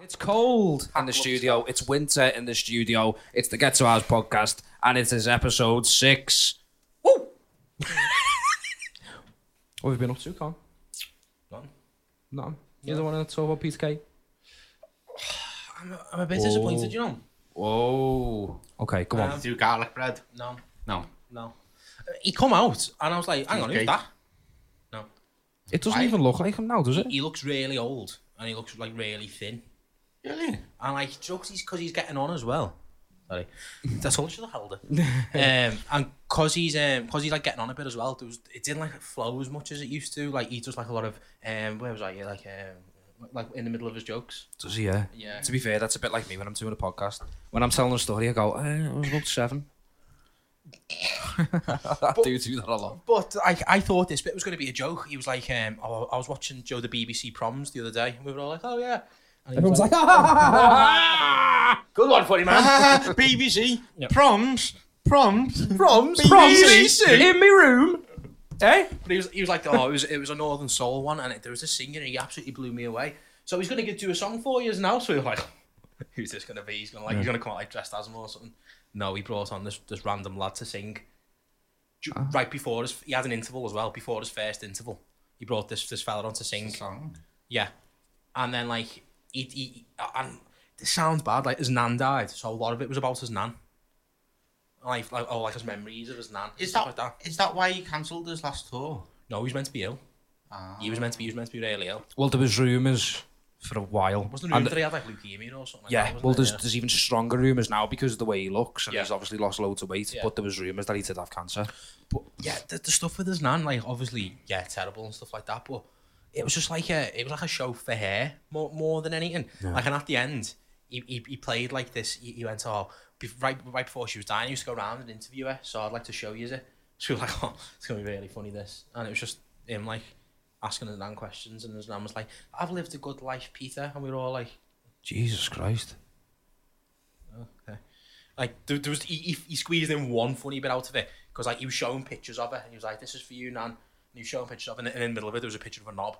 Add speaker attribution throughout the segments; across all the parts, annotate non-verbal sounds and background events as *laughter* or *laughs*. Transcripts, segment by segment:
Speaker 1: It's cold in the studio. It's winter in the studio. It's the Get to Ours podcast, and it is episode six. Woo! what have you been up to, Con?
Speaker 2: Nothing.
Speaker 1: Nothing. You don't want to talk about Peter K?
Speaker 2: I'm, I'm a bit
Speaker 1: Whoa.
Speaker 3: Oh.
Speaker 2: disappointed, you know.
Speaker 1: Whoa. Okay, come on.
Speaker 2: Um,
Speaker 3: Do garlic *laughs* bread.
Speaker 2: No,
Speaker 3: No.
Speaker 2: no. Uh, He come out, and I was like, hang on,
Speaker 3: Okay.
Speaker 2: who's that?
Speaker 1: It doesn't
Speaker 2: I- *laughs*
Speaker 1: even look like him now, does it?
Speaker 2: He looks really old, and he looks like really thin.
Speaker 3: Really?
Speaker 2: And like, jokes he's because he's getting on as well.
Speaker 3: *laughs*
Speaker 2: Sorry, that's all I should have held it. um, and cause he's um, cause he's like getting on a bit as well. There was, it didn't like flow as much as it used to. Like he does like a lot of um, where was I? Yeah, like um, like in the middle of his jokes.
Speaker 1: Does he? Yeah.
Speaker 2: Yeah.
Speaker 1: To be fair, that's a bit like me when I'm doing a podcast. When I'm telling a story, I go, eh, I was about seven. *laughs* I do do that a lot.
Speaker 2: But I, I thought this bit was going to be a joke. He was like, um, oh, I was watching Joe the BBC proms the other day. And we were all like, oh yeah. And he was like,
Speaker 3: Good one for you, man. BBC. Proms. Proms.
Speaker 2: proms,
Speaker 3: Proms.
Speaker 1: In my room. Eh?
Speaker 2: But he was, he was like, oh, it was, it was a Northern Soul one, and it, there was a singer, and he absolutely blew me away. So he's going to do a song for you now. So we were like, *laughs* who's this going to be? He's going to like, he's going to come out like dressed as him or something. No, he brought on this this random lad to sing. Ju- Right before his, he had an interval as well. Before his first interval, he brought this this fella on to sing.
Speaker 3: Song.
Speaker 2: Yeah, and then like he, he and this sounds bad. Like his nan died, so a lot of it was about his nan. Like, like oh, like his memories of his nan. and
Speaker 3: Is
Speaker 2: stuff
Speaker 3: that,
Speaker 2: like that?
Speaker 3: is that why he cancelled his last tour?
Speaker 2: No, he's meant to be ill. He was meant to be. He was meant to be really ill.
Speaker 1: Well, there was rumours for a while.
Speaker 2: Wasn't there
Speaker 1: And-
Speaker 2: rumour that he had like leukemia or something? Like
Speaker 1: yeah,
Speaker 2: that, wasn't
Speaker 1: well,
Speaker 2: there?
Speaker 1: there's, there's even stronger rumours now because of the way he looks, and
Speaker 2: Yeah.
Speaker 1: he's obviously lost loads of weight.
Speaker 2: Yeah.
Speaker 1: But there was rumours that he did have cancer.
Speaker 2: But, yeah, the, the stuff with his nan, like obviously, yeah, terrible and stuff like that. But it was just like a, it was like a show for her more, more than anything. Like, and at the end, he, he, he played like this. He, he went, oh, be, right, right before she was dying, he used to go around and interview her. So I'd like to show you it. *laughs* She was like, oh, it's gonna be really funny this, and it was just him like asking his nan questions, and his nan was like, I've lived a good life, Peter, and we were all like.
Speaker 1: Jesus Christ.
Speaker 2: Okay. Like there, there was he, he, he squeezed in one funny bit out of it because like he was showing pictures of it and he was like, "This is for you, Nan." And he was showing pictures of it, and in the middle of it there was a picture of a knob.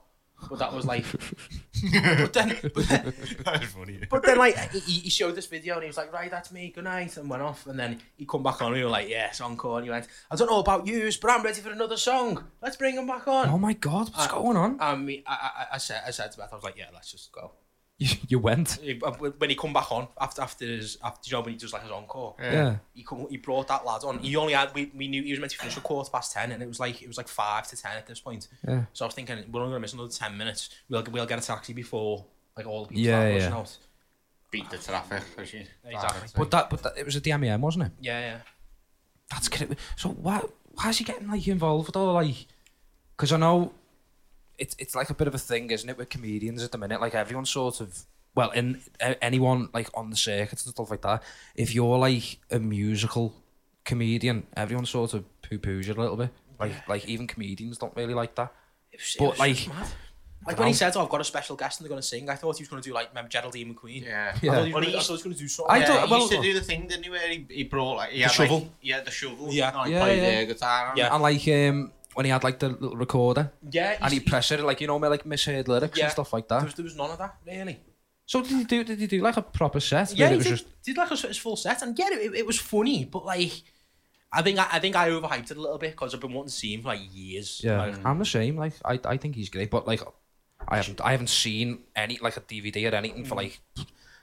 Speaker 2: But that was like, but then, but then,
Speaker 3: That's funny.
Speaker 2: but then like he, he he showed this video and he was like, "Right, that's me. Good night," and went off. And then he come back on and we were like, "Yes, encore." And he went, "I don't know about yous, but I'm ready for another song. Let's bring him back on."
Speaker 1: Oh my God, what's
Speaker 2: Uh,
Speaker 1: going on?
Speaker 2: And me, I, I, I said, I said to Beth, I was like, "Yeah, let's just go."
Speaker 1: You, you went.
Speaker 2: When he come back on after after his after you know when he does like his encore,
Speaker 1: Yeah.
Speaker 2: he come, he brought that lad on. He only had we, we knew he was meant to finish at quarter past ten, and it was like it was like five to ten at this point.
Speaker 1: Yeah.
Speaker 2: So I was thinking we're only gonna miss another ten minutes. We'll we'll get a taxi before like all the people
Speaker 1: Yeah,
Speaker 2: start
Speaker 1: yeah.
Speaker 2: rushing out.
Speaker 3: Beat the traffic. as you-
Speaker 2: Exactly.
Speaker 1: But that, but that, it was at the MEM, wasn't it?
Speaker 2: Yeah, yeah.
Speaker 1: That's cra- so. Why, why is he getting like involved with all like? Because I know it's it's like a bit of a thing, isn't it, with comedians at the minute? Like everyone sort of well, in a- anyone like on the circuit and stuff like that. If you're like a musical comedian, everyone sort of poo poos you a little bit. Like like even comedians don't really like that.
Speaker 2: It was, it
Speaker 1: But,
Speaker 2: was
Speaker 1: like-
Speaker 2: just mad.
Speaker 1: don't
Speaker 2: like when he
Speaker 1: know.
Speaker 2: said, "Oh, I've got a special guest and they're gonna sing," I thought he was gonna do like remember Geraldine McQueen.
Speaker 3: Yeah.
Speaker 1: Yeah.
Speaker 2: I thought he was
Speaker 3: Well,
Speaker 2: gonna, I
Speaker 3: he's-
Speaker 2: thought he was gonna do something.
Speaker 1: I
Speaker 3: Yeah,
Speaker 1: thought-
Speaker 3: he
Speaker 1: well-
Speaker 3: used to do the thing, didn't he, where he, he brought like he had, Like,
Speaker 2: shovel.
Speaker 3: yeah, the shovel.
Speaker 2: Yeah.
Speaker 3: No, he
Speaker 1: Yeah,
Speaker 3: played
Speaker 1: yeah.
Speaker 3: the guitar. on it.
Speaker 2: Yeah.
Speaker 1: And like um, when he had like the little recorder
Speaker 2: yeah,
Speaker 1: and he
Speaker 2: he's-
Speaker 1: pressed it, like you know, like misheard lyrics
Speaker 2: Yeah.
Speaker 1: and stuff like
Speaker 2: there
Speaker 1: that.
Speaker 2: was, there was none of that really.
Speaker 1: So did he do? Did he do like a proper set?
Speaker 2: Yeah,
Speaker 1: where
Speaker 2: he
Speaker 1: it was
Speaker 2: did,
Speaker 1: just
Speaker 2: did like a sort of full set, and yeah, it, it was funny, but like, I think I, I think I overhyped it a little bit because I've been wanting to see him for like years.
Speaker 1: Yeah,
Speaker 2: Like,
Speaker 1: I'm the same. Like, I, I think he's great, but like, I haven't, I haven't seen any like a DVD or anything for like,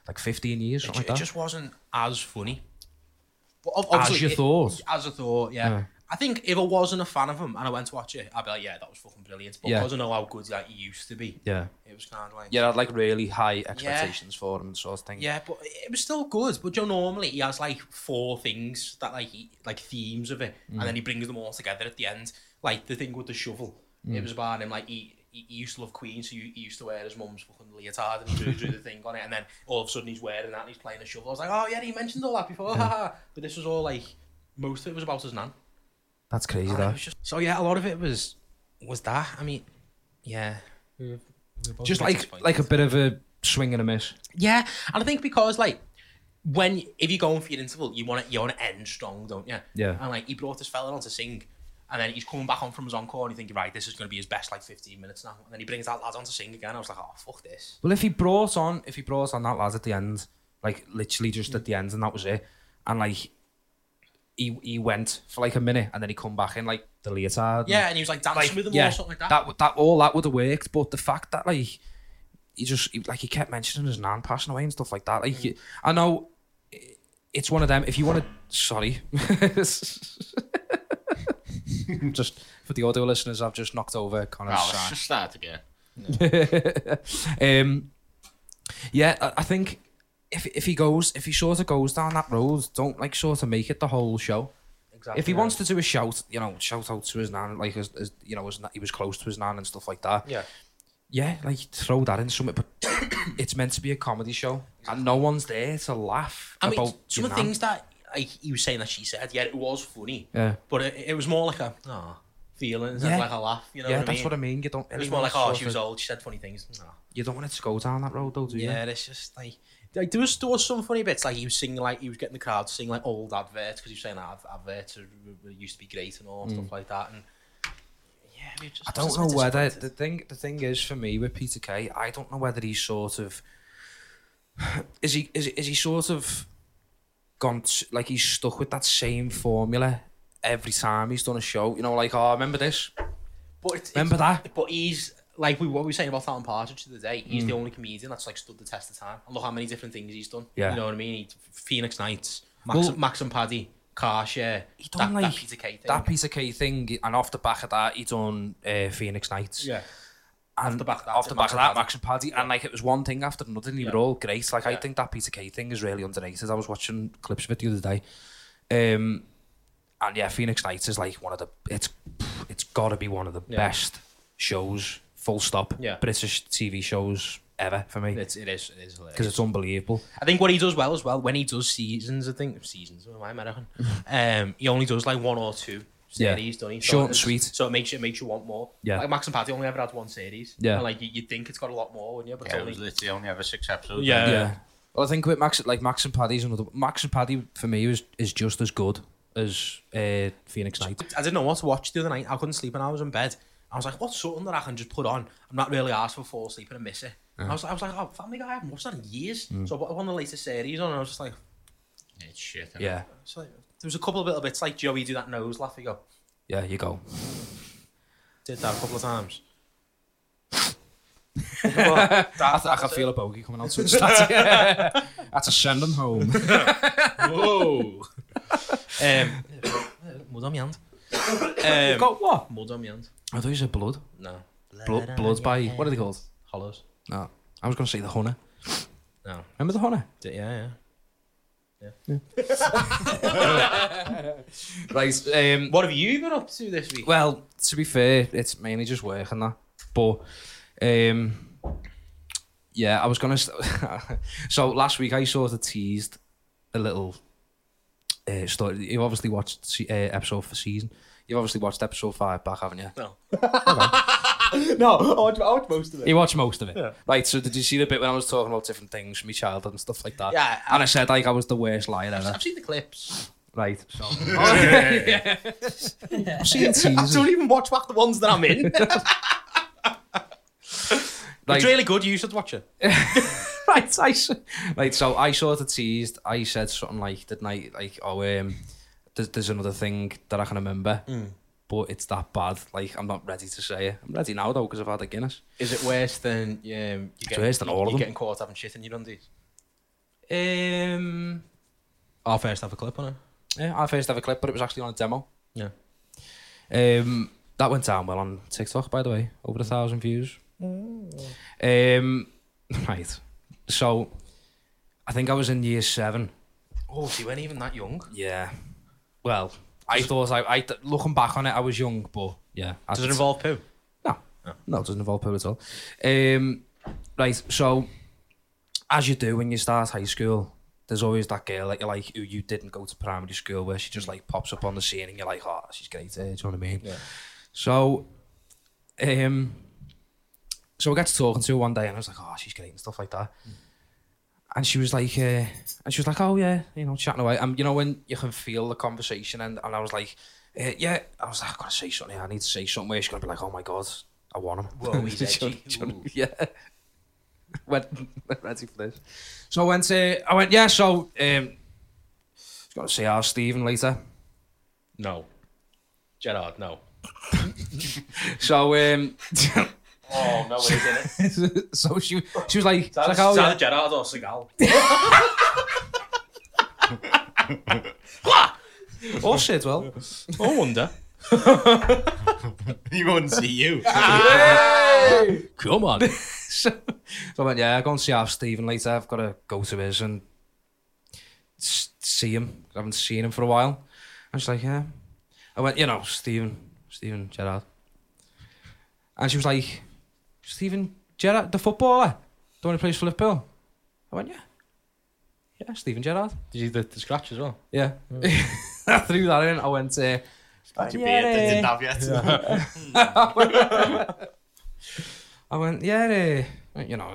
Speaker 1: like 15 years,
Speaker 2: it,
Speaker 1: something like
Speaker 2: ju- it
Speaker 1: that.
Speaker 2: just wasn't as funny. But ob-
Speaker 1: As
Speaker 2: obviously
Speaker 1: you
Speaker 2: it-
Speaker 1: thought,
Speaker 2: As I thought, yeah.
Speaker 1: Yeah.
Speaker 2: I think if I wasn't a fan of him and I went to watch it, I'd be like, yeah, that was fucking brilliant. But
Speaker 1: Yeah.
Speaker 2: because I know how good that he used to be,
Speaker 1: yeah,
Speaker 2: it was kind of like.
Speaker 1: yeah, I had like really high expectations for him and sort of thing.
Speaker 2: Yeah, but it was still good. But Joe normally he has like four things that like he, like themes of it, and
Speaker 1: Mm.
Speaker 2: then he brings them all together at the end. Like the thing with the shovel,
Speaker 1: Mm.
Speaker 2: it was about him. Like he, he he used to love Queen, so he, he used to wear his mum's fucking leotard and he drew, drew the thing on it, and then all of a sudden he's wearing that and he's playing a shovel. I was like, oh yeah, he mentioned all that before. haha." but this was all like most of it was about his nan.
Speaker 1: that's crazy.
Speaker 2: And it
Speaker 1: That
Speaker 2: was just- so yeah, a lot of it was was that. I mean, yeah.
Speaker 1: just like like a bit of a swing and a miss.
Speaker 2: Yeah, and I think because like when if you're going for your interval, you want to you want to end strong, don't you?
Speaker 1: Yeah.
Speaker 2: And like he brought this fella on to sing, And then he's coming back on from his encore, and you think, right, this is going to be his best like 15 minutes now. And then he brings that lad on to sing again. I was like, oh fuck this.
Speaker 1: Well, if he brought on, if he brought on that lad at the end, like literally just at the end, and that was it, and like he he went for like a minute, and then he come back in like the leotard. and-
Speaker 2: Yeah, and he was like dancing with him
Speaker 1: Mm. yeah,
Speaker 2: or something like that.
Speaker 1: that would- that all that would have worked, but the fact that like he just he, like he kept mentioning his nan passing away and stuff like that. Like
Speaker 2: Mm.
Speaker 1: I know i- it's one of them. If you want to, sorry, *laughs* just for the audio listeners, I've just knocked over Connor's.
Speaker 2: Oh,
Speaker 3: Well,
Speaker 1: sack.
Speaker 3: let's Oh, just start again.
Speaker 1: um, yeah, I, I think if if he goes, if he sort of goes down that road, don't like sort of make it the whole show.
Speaker 2: exactly.
Speaker 1: If he
Speaker 2: yeah.
Speaker 1: wants to do a shout, you know, shout out to his nan, like his, his you know, his, na- he was close to his nan and stuff like that.
Speaker 2: yeah,
Speaker 1: Yeah, like throw that in something, but *coughs* it's meant to be a comedy show, and no one's there to laugh
Speaker 2: I mean,
Speaker 1: about
Speaker 2: some
Speaker 1: your
Speaker 2: of the
Speaker 1: nan.
Speaker 2: things that like he was saying that she said, yeah, it was funny,
Speaker 1: Yeah,
Speaker 2: but it, it was more like a ah feeling, instead
Speaker 1: Yeah.
Speaker 2: of like a laugh. You know
Speaker 1: yeah,
Speaker 2: what I
Speaker 1: that's
Speaker 2: mean?
Speaker 1: what I mean. You don't.
Speaker 2: it was
Speaker 1: anyone
Speaker 2: more like, oh,
Speaker 1: sort
Speaker 2: she was
Speaker 1: of-
Speaker 2: old. She said funny things. Nah.
Speaker 1: You don't want it to go down that road, though, do you?
Speaker 2: Yeah, it's just like like there was there was some funny bits. Like he was singing, like he was getting the crowd to sing like old adverts because he was saying that ad- adverts are- were- used to be great and all stuff like that. And yeah, we just,
Speaker 1: Mm. I don't
Speaker 2: just
Speaker 1: know
Speaker 2: a bit
Speaker 1: whether the
Speaker 2: disappointed.
Speaker 1: thing the thing is for me with Peter Kay, I don't know whether he's sort of *sighs* is he is, he- is he sort of gone t- like he's stuck with that same formula every time he's done a show. You know, like oh, remember this,
Speaker 2: But it's,
Speaker 1: remember that.
Speaker 2: it's- but he's like we what we were saying about Alan Partridge the other day. He's
Speaker 1: Mm.
Speaker 2: the only comedian that's like stood the test of time. And look how many different things he's done.
Speaker 1: Yeah.
Speaker 2: you know what I mean. He- Phoenix Knights, Max,
Speaker 1: Well-
Speaker 2: Max and Paddy, Car Share,
Speaker 1: He
Speaker 2: that,
Speaker 1: done
Speaker 2: that
Speaker 1: like
Speaker 2: Peter Kay thing.
Speaker 1: that Peter Kay thing, and off the back of that, he done uh, Phoenix Nights.
Speaker 2: yeah,
Speaker 1: and off
Speaker 2: the back of that,
Speaker 1: off the back
Speaker 2: Max
Speaker 1: of
Speaker 2: and
Speaker 1: that,
Speaker 2: Paddy.
Speaker 1: Max and Paddy, and like it was one thing after another, and they were all great. Like I
Speaker 2: Yeah.
Speaker 1: think that Peter Kay thing is really underrated. I was watching clips of it the other day, um, and yeah, Phoenix Nights is like one of the it's it's got to be one of the
Speaker 2: Yeah.
Speaker 1: best shows, full stop,
Speaker 2: Yeah.
Speaker 1: British TV shows ever for me
Speaker 2: it's, it is it is hilarious.
Speaker 1: because it's unbelievable.
Speaker 2: I think what he does well as well when he does seasons, I think seasons. Why am I reckon?
Speaker 1: *laughs*
Speaker 2: Um, he only does like one or two
Speaker 1: Yeah.
Speaker 2: series, do not he?
Speaker 1: Short and
Speaker 2: it's-
Speaker 1: sweet.
Speaker 2: So it makes you it makes you want more.
Speaker 1: Yeah.
Speaker 2: like Max and Paddy only ever had one series.
Speaker 1: Yeah.
Speaker 2: and, like you, you'd think it's got a lot more, wouldn't you? But it's
Speaker 3: Yeah, it
Speaker 2: only
Speaker 3: was literally only ever six episodes.
Speaker 2: Yeah.
Speaker 1: Well, I think with Max, like Max and Paddy's another Max and Paddy for me is is just as good as uh, Phoenix Nights.
Speaker 2: I didn't know what to watch the other night. I couldn't sleep and I was in bed. I was like, what's something that I can just put on? I'm not really asked for fall asleep and I miss it.
Speaker 1: Uh-huh.
Speaker 2: I was I was like, oh, Family Guy, I haven't watched that in years.
Speaker 1: Mm.
Speaker 2: So I put one of the latest series on and I was just like,
Speaker 3: It's shit. isn't it?
Speaker 1: Yeah,
Speaker 2: it's like- there was a couple of little bits like Joey do that nose laugh. You go,
Speaker 1: yeah, you go.
Speaker 2: did that a couple of times.
Speaker 1: I, th- I can feel a bogey coming out. soon. *laughs* That's that's a send them home.
Speaker 2: Whoa. *coughs* um, mud on my hand. Um,
Speaker 1: got what?
Speaker 2: mud on my hand.
Speaker 1: Oh, I thought you said blood.
Speaker 2: No.
Speaker 1: Blood, bloods by what are they called?
Speaker 2: Hollows.
Speaker 1: No, I was going to say the hunter.
Speaker 2: No.
Speaker 1: Remember the hunter?
Speaker 2: D- yeah,
Speaker 1: Right. Um,
Speaker 2: yeah. What have you been up to this week?
Speaker 1: Well, to be fair, it's mainly just work and that. But um, yeah, I was gonna. St- *laughs* so last week I sort of teased a little uh, story. You obviously watched se- uh, episode for season. You've obviously watched episode five back, haven't you?
Speaker 2: No.
Speaker 1: *laughs* no, I watched, most of it. You watched most of it, right? So did you see the bit when I was talking about different things from my childhood and stuff like that?
Speaker 2: Yeah, I-
Speaker 1: and I said like I was the worst liar ever,
Speaker 2: I've seen the clips.
Speaker 1: right? So *laughs*
Speaker 3: Yeah.
Speaker 1: I've seen
Speaker 2: *laughs* I
Speaker 1: teasers.
Speaker 2: don't even watch back the ones that I'm in. *laughs*
Speaker 1: Like-
Speaker 2: it's really good. You should watch it.
Speaker 1: *laughs* right, I, s- right, so I sort of teased. I said something like, didn't I? Like, oh, um, there's, there's another thing that I can remember, but it's that bad. Like, I'm not ready to say it. I'm ready now, though, because I've had a Guinness.
Speaker 2: Is it worse than um, you getting,
Speaker 1: worse than all
Speaker 2: you
Speaker 1: of them.
Speaker 2: getting caught having shit in your undies?
Speaker 1: Um,
Speaker 2: I'll first have a clip on it.
Speaker 1: yeah, I first ever clip, but it was actually on a demo.
Speaker 2: Yeah.
Speaker 1: Um, that went down well on TikTok, by the way. Over a thousand views. Um, *laughs* right. So, I think I was in year seven.
Speaker 2: Oh, so you weren't even that young.
Speaker 1: Yeah. dus Well, I thought I, I looking back on it, I was young, but yeah. at
Speaker 2: Does
Speaker 1: the
Speaker 2: it
Speaker 1: t-
Speaker 2: involve poo?
Speaker 1: No, no, it doesn't involve poo at all. Um, right. So, as you do when you start high school, there's always that girl that you like who you didn't go to primary school where she just like pops up on the scene and you're like, oh, she's great. eh, Do you know what I mean?
Speaker 2: Yeah.
Speaker 1: So, um, so I got to talking to her one day and I was like, oh, she's great and stuff like that. And she was like, uh, and she was like, oh yeah, you know, chatting away. And you know when you can feel the conversation and, and I was like, Uh, yeah, I was like, I've got to say something. I need to say something. Where she's gonna be like, oh my god, I
Speaker 2: *laughs*
Speaker 1: want him.
Speaker 2: Whoa, he's
Speaker 1: Do you know-
Speaker 2: edgy.
Speaker 1: do you know-
Speaker 2: Ooh.
Speaker 1: yeah. *laughs* went *laughs* ready for this. So I went to, I went, yeah. So um, got to see our Stephen later.
Speaker 2: No. Gerard, no.
Speaker 1: *laughs* So um, *laughs*
Speaker 2: Oh, no, he *laughs* didn't.
Speaker 1: so she she was like, she was like,
Speaker 2: Is
Speaker 1: oh
Speaker 2: that
Speaker 1: yeah.
Speaker 2: a Gerard or Seagal?
Speaker 1: or Oh, shit, well.
Speaker 2: *laughs* No wonder.
Speaker 3: He wouldn't see *laughs* you.
Speaker 2: Come on.
Speaker 1: *laughs* so, so I went, yeah, I'll go and see Half Stephen later. I've got to go to his and s- see him. I haven't seen him for a while. And she's like, yeah. I went, you know, Stephen, Stephen Gerrard. And she was like, Stephen Gerrard, the footballer, the one who plays for Liverpool. I went, yeah. Yeah, Stephen Gerrard.
Speaker 2: Did you do the, the scratch as well?
Speaker 1: Yeah. *laughs* I threw that in. I went, uh,
Speaker 3: Did you beard that didn't have yet?
Speaker 1: I went, yeah, uh, you know,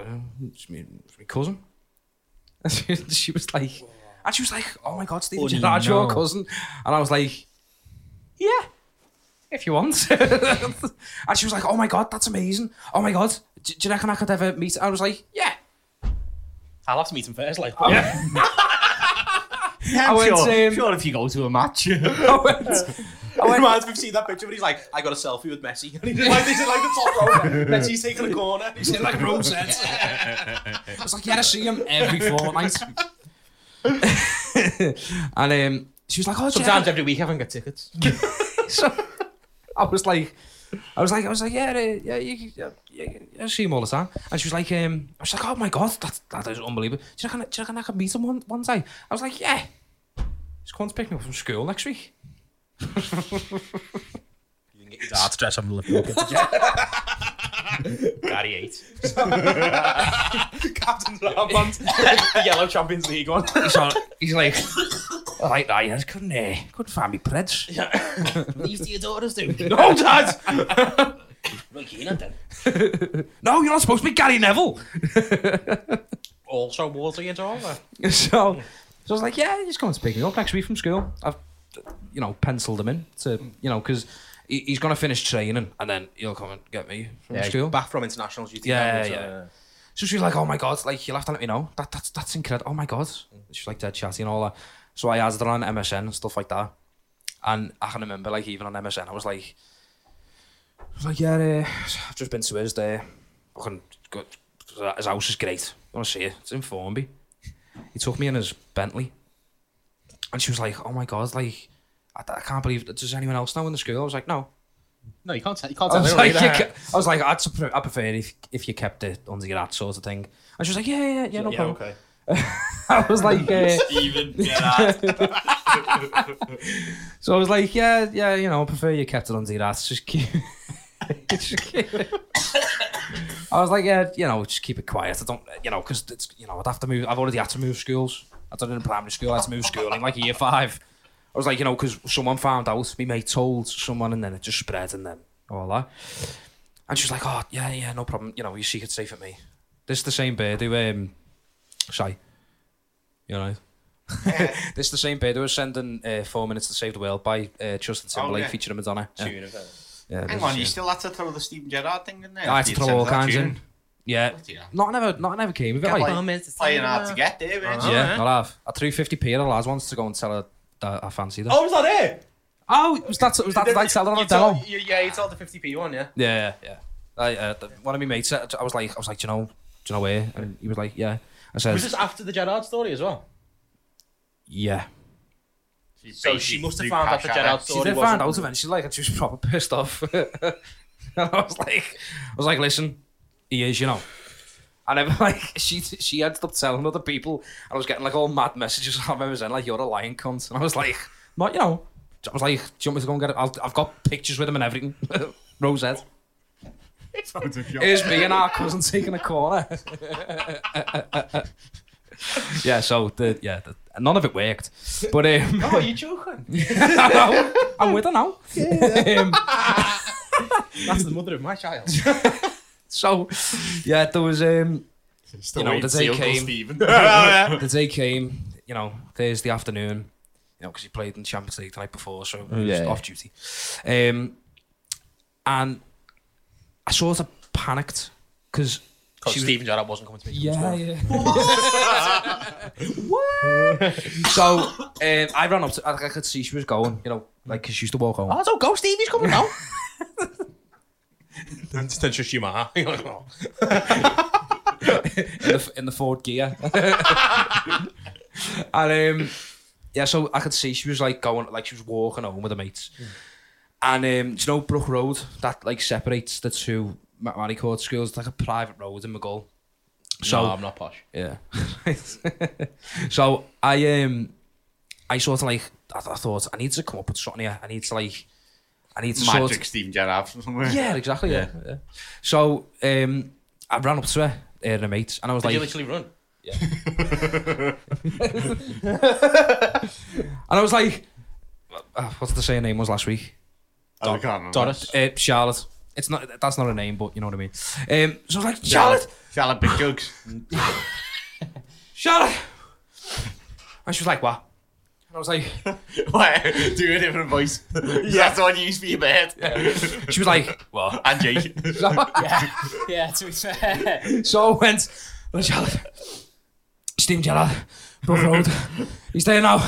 Speaker 1: it's me, it's my cousin. *laughs* And she, she was like, and she was like, oh my god, Stephen
Speaker 2: Oh,
Speaker 1: Gerrard's your
Speaker 2: no.
Speaker 1: cousin. And I was like, yeah, if you want. *laughs* and she was like, oh my god, that's amazing. Oh my god, do, do you reckon I could ever meet? I was like, yeah.
Speaker 2: I'll have to meet him first, like.
Speaker 1: I went, um,
Speaker 3: if you go to a match. it
Speaker 1: *laughs* I went, I went,
Speaker 2: reminds me of seeing that picture, but he's like, I got a selfie with Messi. *laughs* And he's like, he's in like the top row. Messi's taking a corner. He's in like row sets.
Speaker 1: I was like, yeah, I see him every fortnight. *laughs* and um, she was like, oh, do you reckon-
Speaker 2: every week I haven't got tickets.
Speaker 1: so I was like, I was like, I was like, yeah, eh, yeah, you, yeah, yeah, yeah, I see him all the time. And she was like, um, I was like, oh my god, that that is unbelievable. Do you reckon, do you reckon I could meet him one, one day? I was like, yeah. He's going to pick me up from school next week.
Speaker 2: You can get your dad to dress up and
Speaker 1: *laughs*
Speaker 2: look good. Gary 8.
Speaker 1: *laughs*
Speaker 2: Captain's armband. the *laughs* yellow Champions League one.
Speaker 1: He's, all, he's like, I like that. Yes, couldn't eh? Couldn't find me preds.
Speaker 2: Leave to your daughters, dude.
Speaker 1: No, Dad.
Speaker 2: Right, you're not then.
Speaker 1: *laughs* No, you're not supposed to be Gary Neville.
Speaker 2: Also, Wolsey and Dover.
Speaker 1: so, so I was like, yeah, he's coming to pick me up next week from school. I've, you know, penciled him in to, you know, because he, he's going to finish training and then he'll come and get me from school.
Speaker 2: Back from internationals, you think
Speaker 1: Yeah,
Speaker 2: that was,
Speaker 1: yeah.
Speaker 2: uh,
Speaker 1: So she was like, oh my God, like, you'll have to let me know. That, that's that's incredible. Oh my God. She was like dead chatty and all that. So I added her on MSN and stuff like that. And I can remember, like, even on MSN, I was like, I was like, yeah, uh, I've just been to his there. Fucking good. His house is great. I want to see it. It's in Formby. He took me in his Bentley. And she was like, oh my God, like, I, I can't believe, does anyone else know in the school? I was like, no.
Speaker 2: No, you can't tell. You can't
Speaker 1: I
Speaker 2: tell.
Speaker 1: was
Speaker 2: anyone
Speaker 1: like, you *laughs*
Speaker 2: either.
Speaker 1: ca- I was like, I'd sup- I prefer if, if you kept it under your hat sort of thing. And she was like, yeah, yeah, yeah, no
Speaker 3: yeah,
Speaker 1: problem.
Speaker 3: okay.
Speaker 1: *laughs* I was *laughs* like, uh,
Speaker 3: *laughs*
Speaker 2: *laughs*
Speaker 3: Even Gerrard.
Speaker 1: so I was like, yeah, yeah, you know, I prefer you kept it under your hat. Just keep. just keep it. I was like, yeah, you know, just keep it quiet. I don't, you know, because it's, you know, I'd have to move. I've already had to move schools. I done it in primary school. I had to move school in like year five. I was like, you know, because someone found out. My mate told someone, and then it just spread, and then all that. And she was like, oh, yeah, yeah, no problem. You know, your secret's safe at me. This is the same bird who, um, sorry, you know. *laughs* this is the same bird who was sending uh, Four Minutes to Save the World by uh, Justin Timberlake
Speaker 3: Oh, yeah.
Speaker 1: featuring Madonna. Yeah.
Speaker 2: Tune of it.
Speaker 1: Yeah, this
Speaker 3: Hang
Speaker 1: is
Speaker 3: on,
Speaker 1: the
Speaker 3: you
Speaker 1: same.
Speaker 3: still had to throw the Stephen Gerrard thing in there.
Speaker 1: I had to
Speaker 3: You
Speaker 1: throw
Speaker 3: said
Speaker 1: all
Speaker 3: that
Speaker 1: kinds
Speaker 3: tune.
Speaker 1: in. Yeah.
Speaker 3: Bloody hell.
Speaker 1: Not never, not never came with it.
Speaker 2: Yeah,
Speaker 1: Like,
Speaker 2: like, it's
Speaker 3: Playing hard to get there,
Speaker 2: Uh-huh.
Speaker 3: weren't you?
Speaker 1: yeah, I'll have. I threw 50p at the lads once to go and tell her that I fancy them.
Speaker 2: Oh, was that it?
Speaker 1: Oh, was that, was that, did I tell her on a demo?
Speaker 2: You, yeah, you told the 50p one, yeah.
Speaker 1: Yeah, yeah, yeah. I, uh, the, one of my mates, uh, I was like, I was like, do you know, do you know where? And he was like, yeah. I said,
Speaker 2: Was this after the Gerard story as well?
Speaker 1: yeah.
Speaker 2: So she must have found out the Gerard
Speaker 1: She
Speaker 2: story.
Speaker 1: did find out eventually, like, and she was proper pissed off. *laughs* and I was like, I was like, listen, he is, you know. And then, *laughs* like, she she ended up telling other people, and I was getting, like, all mad messages on MSN, like, you're a lying cunt. And I was like, not, you know. I was like, do you want me to go and get it? I'll, I've got pictures with him and everything. *laughs* Rosette. Here's me and our cousin taking a corner. *laughs* yeah, so, the, yeah, the, none of it worked. But, um,
Speaker 2: *laughs* Oh, are you joking?
Speaker 1: know. I'm with her now. *laughs* Um,
Speaker 2: That's the mother of my *laughs* child.
Speaker 1: so, yeah, there was um,
Speaker 3: Still
Speaker 1: You know,
Speaker 3: waiting
Speaker 1: the
Speaker 3: to
Speaker 1: *laughs*
Speaker 3: see
Speaker 1: day
Speaker 3: Uncle
Speaker 1: came.
Speaker 3: Stephen. yeah.
Speaker 1: the day came. You know, Thursday afternoon. you know, because he played in Champions League the night before, so
Speaker 4: Oh,
Speaker 1: he was
Speaker 4: yeah, yeah.
Speaker 1: off duty. Um, and I sort of panicked because
Speaker 2: Because
Speaker 1: She was-
Speaker 2: Steven Gerrard wasn't coming to me.
Speaker 1: yeah, *laughs* yeah. so um, I ran up to, I, I could see she was going, you know, like 'cause she used to walk home.
Speaker 2: Oh, don't go, Steve. He's coming *laughs* now. Just don't trust you, *laughs* ma.
Speaker 1: in
Speaker 2: That's
Speaker 1: the in the Ford gear. and um, yeah, so I could see she was like going, like she was walking home with her mates. And um, do you know Brook Road that like separates the two McMurray Court schools? It's like a private road in McGull. So
Speaker 2: no, I'm not posh.
Speaker 1: yeah. *laughs* so I um I sort of like I, I thought I need to come up with something here. I need to like I need to sort
Speaker 3: Magic Steven Gerrard from somewhere.
Speaker 1: yeah, exactly. Yeah. yeah. So um, I ran up to her, her and her mates, and I was
Speaker 2: Did you
Speaker 1: like,
Speaker 2: literally run?
Speaker 1: and I was like, uh, what's the saying? Name was last week.
Speaker 3: Oh, I can't remember.
Speaker 2: Doris.
Speaker 1: Uh, Charlotte. It's not. That's not a name, but you know what I mean. Um, so I was like, Charlotte,
Speaker 3: Charlotte Big Jugs.
Speaker 1: *laughs* Charlotte, and she was like, what? And I was like,
Speaker 3: Why? Do a different voice. yeah. *laughs* That's the one you used for your bed.
Speaker 1: she was
Speaker 5: *laughs*
Speaker 1: like, what?
Speaker 3: *laughs* And
Speaker 1: *laughs*
Speaker 3: Jake.
Speaker 5: Yeah, yeah. To be fair,
Speaker 1: So I went, well, Charlotte, Steam Gerrard, Brook Road, he's there now,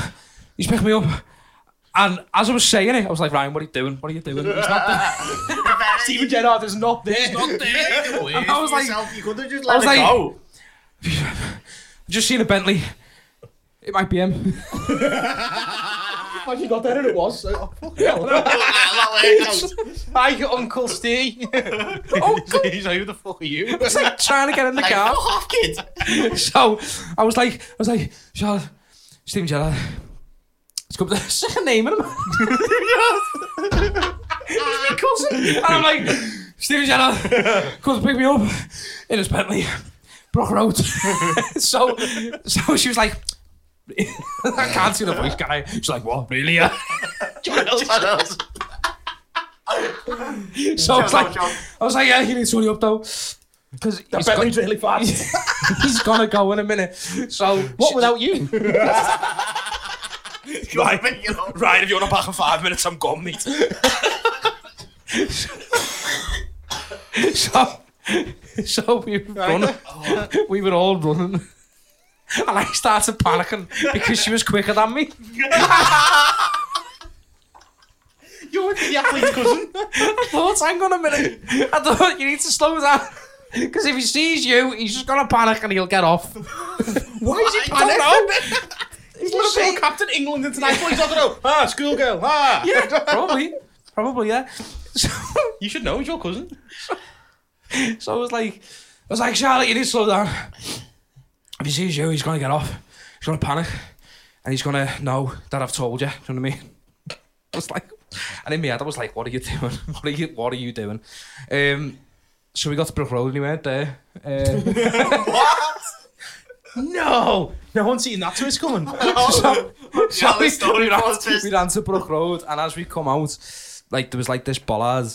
Speaker 1: he's picked me up. And as I was saying it, I was like, Ryan, what are you doing? What are you doing? He's
Speaker 5: *laughs*
Speaker 1: not there. Steven Gerrard is not there.
Speaker 3: *laughs*
Speaker 2: Wait.
Speaker 1: I was like,
Speaker 3: Yourself, you could have just
Speaker 1: I
Speaker 3: let
Speaker 1: was
Speaker 3: it
Speaker 1: like-
Speaker 3: go. *laughs*
Speaker 1: just seen a Bentley. It might be him.
Speaker 5: you got there and it was.
Speaker 2: eh, *laughs*
Speaker 5: So,
Speaker 1: *laughs*
Speaker 2: Hi, Uncle Steve.
Speaker 1: oh, God.
Speaker 2: He's like, who the fuck are you?
Speaker 1: It's like trying to get in the car. *laughs* So I was like, I was like, Charlotte, Steven Gerrard. It's got the *laughs* second name in him. It's my cousin. And I'm like, Steven Gerrard, come to pick me up in his Bentley, Brock Road. *laughs* so, so she was like, *laughs* I can't see the voice guy. She's like, what, really? *laughs* Yeah. So I was like, I was like, yeah, he needs to hurry up though. Because he's,
Speaker 5: Bentley's
Speaker 1: go-
Speaker 5: really fast.
Speaker 1: *laughs* he's gonna go in a minute. So
Speaker 5: what
Speaker 1: *laughs*
Speaker 5: without you?
Speaker 1: Right, *laughs* right, if you're not back in five minutes, I'm gone, mate. so, so we were running. We were all running. And I started panicking because she was quicker than me.
Speaker 2: You're the athlete's
Speaker 3: *laughs*
Speaker 2: cousin.
Speaker 1: I thought, hang on a minute. I thought, you need to slow down. *laughs* Because if he sees you, he's just going to panic and he'll get off. *laughs* Why is *laughs* he panicking?
Speaker 2: He's Liverpool captain England international. He's on the road. *laughs*
Speaker 3: *laughs*
Speaker 2: Ah, schoolgirl. Ah.
Speaker 1: Yeah, *laughs* probably. Probably, yeah. So,
Speaker 2: You should know he's your cousin.
Speaker 1: So I was like, I was like, Charlotte, you need to slow down. If he sees you, he's gonna get off. He's gonna panic, and he's gonna know that I've told you. Do you know what I mean? *laughs* I was like, and in my head, I was like, what are you doing? *laughs* What are you? What are you doing? Um, so we got to Brook Road, and he went there. Um,
Speaker 2: No. No one's seen that to his *laughs* coming.
Speaker 3: Oh.
Speaker 1: *laughs* so, so we,
Speaker 3: story
Speaker 1: we, *laughs* ran to,
Speaker 3: podcast.
Speaker 1: we ran to Brook Road, and as we come out, like there was like this bollard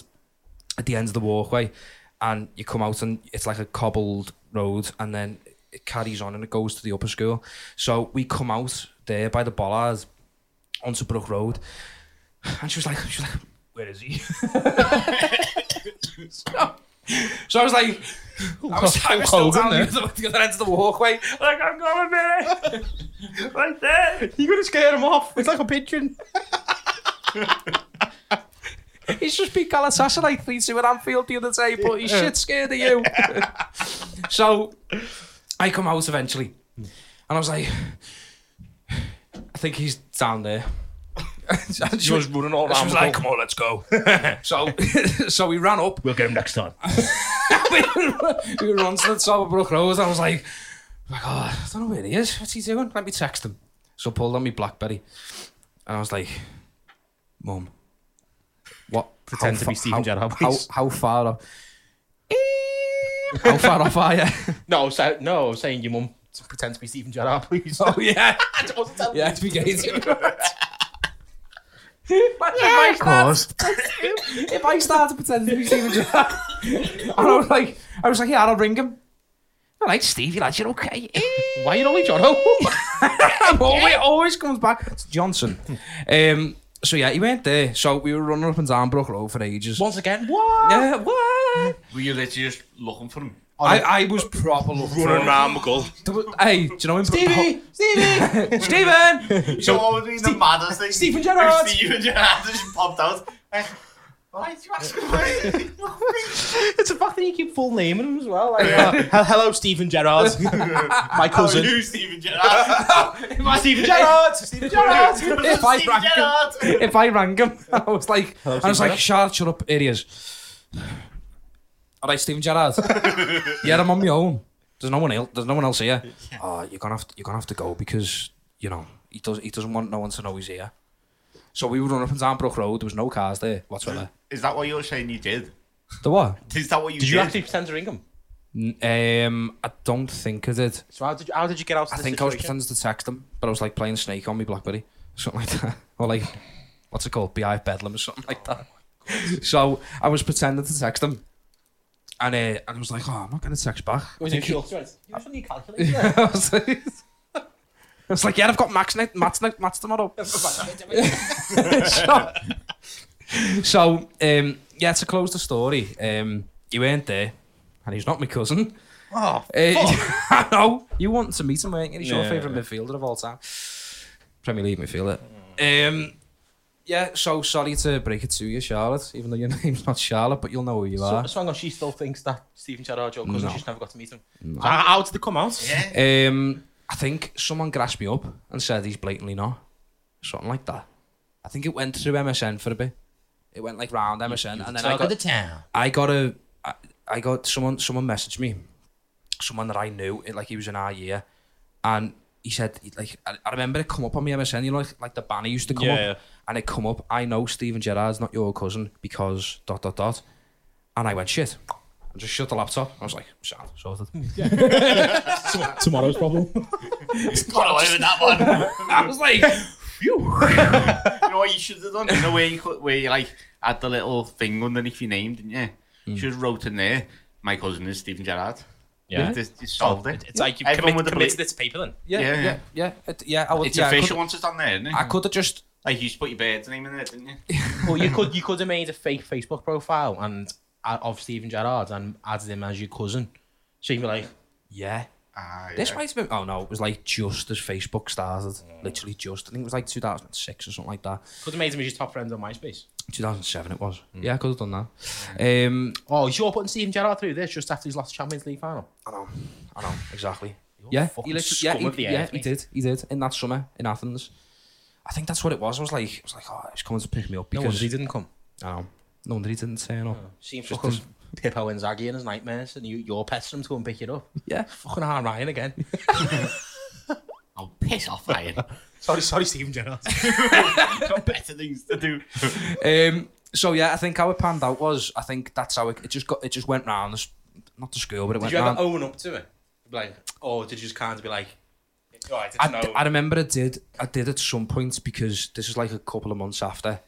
Speaker 1: at the end of the walkway, and you come out and it's like a cobbled road, and then it carries on and it goes to the upper school. So we come out there by the bollard onto Brook Road, and she was like, she was like, where is he? *laughs* so, so I was like. I was, I was still
Speaker 2: cold,
Speaker 1: down the
Speaker 2: isn't
Speaker 1: other, the other end of the walkway. Like, I'm going, minute.
Speaker 2: *laughs*
Speaker 1: right there.
Speaker 2: You're gonna scare him off. It's like a pigeon.
Speaker 1: He's just beat Galatasaray 3 2 at Anfield the other day, but he's shit scared of *laughs* you. so I come out eventually, and I was like, I think he's down there. And she was running all around. She was like, come on, let's *laughs* go. so, so *laughs* we ran up.
Speaker 2: We'll get him next time.
Speaker 1: *laughs* we, were, we were on to the top of Brook Road, and I was like, my God, I don't know where he is. What's he doing? Let me text him. So I pulled on my Blackberry, and I was like, Mum, what?
Speaker 2: Pretend
Speaker 1: how
Speaker 2: to be
Speaker 1: fa-
Speaker 2: Stephen
Speaker 1: how,
Speaker 2: Gerrard,
Speaker 1: how,
Speaker 2: please."
Speaker 1: how far off? *laughs* how far off are you?
Speaker 2: No, so, no, I was saying your mum to pretend to be Stephen Gerrard, please.
Speaker 1: oh,
Speaker 2: *laughs*
Speaker 1: yeah. Yeah, it's beginning to Yeah, of course. *laughs* If I started pretending to be Steven Gerrard, and I was like, I was like, yeah, I'll ring him. All right, Stevie, lads, you're
Speaker 2: *laughs*
Speaker 1: okay. Eh,
Speaker 5: Why you only John? Oh,
Speaker 1: *laughs* I'm always, always comes back. It's Johnson. Um, so yeah, he went there. So we were running up and down Brook Road for ages.
Speaker 2: Once again, what?
Speaker 1: Yeah, what?
Speaker 3: Were you literally just looking for him?
Speaker 1: I, I was proper looking for
Speaker 3: Running
Speaker 1: him.
Speaker 3: around McGull.
Speaker 1: There was- Hey, do you know him?
Speaker 2: Stevie, Stevie,
Speaker 1: *laughs* Steven!
Speaker 2: *laughs*
Speaker 3: So what was doing the maddest thing?
Speaker 2: Stephen Gerrard.
Speaker 3: Stephen Gerrard just popped out. Eh, Why did you ask *laughs* me?
Speaker 2: It's the fact that you keep full naming him as well. Like, uh, hello, Stephen *laughs* Gerrard. My
Speaker 3: How are
Speaker 2: cousin.
Speaker 3: Oh, you, Stephen Gerrard? *laughs*
Speaker 2: Stephen Gerrard. Stephen Gerrard. *laughs*
Speaker 1: If I
Speaker 3: Stephen
Speaker 1: rang him,
Speaker 3: Gerrard.
Speaker 1: if I rang him, *laughs* I was like,
Speaker 2: Hello,
Speaker 1: I was
Speaker 2: Stephen
Speaker 1: like, shut, shut up, here he is. All right, Stephen *laughs* Gerrard. yeah, I'm on my own. There's no one else. There's no one else here. Uh, you're gonna have to, you're gonna have to go because you know he does. He doesn't want no one to know he's here. So we were running up and down Brook Road. There was no cars there whatsoever.
Speaker 3: Is that what you're saying you did?
Speaker 1: The what?
Speaker 3: Is that what you
Speaker 2: Did you actually pretend to ring him?
Speaker 1: N- Um, I don't think I did.
Speaker 2: So how did you, how did you get out? Of
Speaker 1: I
Speaker 2: this
Speaker 1: think I was
Speaker 2: situation?
Speaker 1: pretending to text them, but I was like playing Snake on me BlackBerry, something like that, *laughs* or like what's it called, BI Bedlam or something like that. *laughs* So I was pretending to text them, and uh, and I was like, oh, I'm not gonna text back.
Speaker 2: Was
Speaker 1: I think
Speaker 2: it
Speaker 1: he-
Speaker 2: your You just need calculator.
Speaker 1: *laughs*
Speaker 2: *laughs*
Speaker 1: I was like- *laughs* I was like, yeah, I've got Max next, Matt's next, Matt's tomorrow. *laughs* so, so um, yeah, to close the story, um, you weren't there, and he's not my cousin.
Speaker 2: Oh,
Speaker 1: Uh, *laughs* I know. You want to meet him, weren't you? He's your
Speaker 2: Yeah.
Speaker 1: favourite midfielder of all time. Premier League midfielder. Um, yeah, so sorry to break it to you, Charlotte, even though your *laughs* name's not Charlotte, but you'll know who you
Speaker 2: so,
Speaker 1: are.
Speaker 2: so hang on, she still thinks that Stephen Gerrard, your
Speaker 1: No.
Speaker 2: cousin, she's never got to meet him. So how how did they come out?
Speaker 3: Yeah.
Speaker 1: Um, I think someone grasped me up and said he's blatantly not. Something like that. I think it went through MSN for a bit. It went like round MSN, and then I got,
Speaker 2: town.
Speaker 1: I got a, I, I got someone, someone messaged me, someone that I knew, it- like he was in our year, and he said, he- like, I, I remember it come up on my MSN, you know, like, like the banner used to come up,
Speaker 2: Yeah, yeah.
Speaker 1: and it come up, I know Steven Gerrard's not your cousin because dot, dot, dot, and I went, shit, I just shut the laptop, I was like, sound, sorted.
Speaker 4: Tomorrow's problem.
Speaker 3: Got away with that one. *laughs*
Speaker 1: I was like,
Speaker 3: You know what you should have done? You know where you, could, where you like had the little thing underneath your name, didn't you? You should have wrote in there, my cousin is Stephen Gerrard.
Speaker 2: Yeah.
Speaker 3: You just- you solved it.
Speaker 2: It's like you
Speaker 3: Everyone
Speaker 2: commit,
Speaker 3: with the
Speaker 2: committed
Speaker 3: blade.
Speaker 2: it to paper then.
Speaker 1: yeah,
Speaker 3: Yeah,
Speaker 1: yeah,
Speaker 3: yeah.
Speaker 1: yeah, yeah, it- yeah, I would,
Speaker 3: It's
Speaker 1: yeah, I
Speaker 3: official
Speaker 1: could,
Speaker 3: once it's on there, isn't it?
Speaker 1: I could have just,
Speaker 3: Like you just put your bird's name in there, didn't you?
Speaker 2: Well, you *laughs* could you could have made a fake Facebook profile and uh, of Stephen Gerrard and added him as your cousin. So you'd be like,
Speaker 1: yeah.
Speaker 3: Ah, yeah.
Speaker 1: This might have been, oh no, it was like just as Facebook started, literally just, I think it was like 2006 or something like that.
Speaker 2: could have made him as your top friend on MySpace.
Speaker 1: 2007 it was. Yeah, I could have done that. Um,
Speaker 2: Oh, you're putting Stephen Gerrard through this just after his last Champions League final.
Speaker 1: I know, I know, exactly. yeah,
Speaker 2: fucking
Speaker 1: he literally-
Speaker 2: scum
Speaker 1: yeah, he,
Speaker 2: of the
Speaker 1: yeah,
Speaker 2: earth,
Speaker 1: he
Speaker 2: mate.
Speaker 1: did. He did in that summer in Athens. I think that's what it was. I was like, I was like, oh, he's coming to pick me up
Speaker 2: No
Speaker 1: because
Speaker 2: wonder he didn't come.
Speaker 1: I know. No wonder he didn't turn up.
Speaker 2: Seems
Speaker 1: Just
Speaker 2: fucking Pippo Inzaghi in his nightmares, and you, you're pestering him to go and pick it up.
Speaker 1: Yeah,
Speaker 2: Fucking hard Ryan *laughs* again.
Speaker 3: I'll
Speaker 2: *laughs*
Speaker 3: piss off, Ryan.
Speaker 2: sorry, sorry, Stephen Gerrard.
Speaker 3: You've *laughs* got better things to do.
Speaker 1: Um, so yeah, I think how it panned out was I think that's how it, it just got it just went round. This, not to school, but it
Speaker 2: Did
Speaker 1: went
Speaker 2: you
Speaker 1: round.
Speaker 2: ever own up to it? Like, or did you just kind of be like, oh, I
Speaker 1: I,
Speaker 2: didn't know.
Speaker 1: I remember I did. I did at some point because this is like a couple of months after.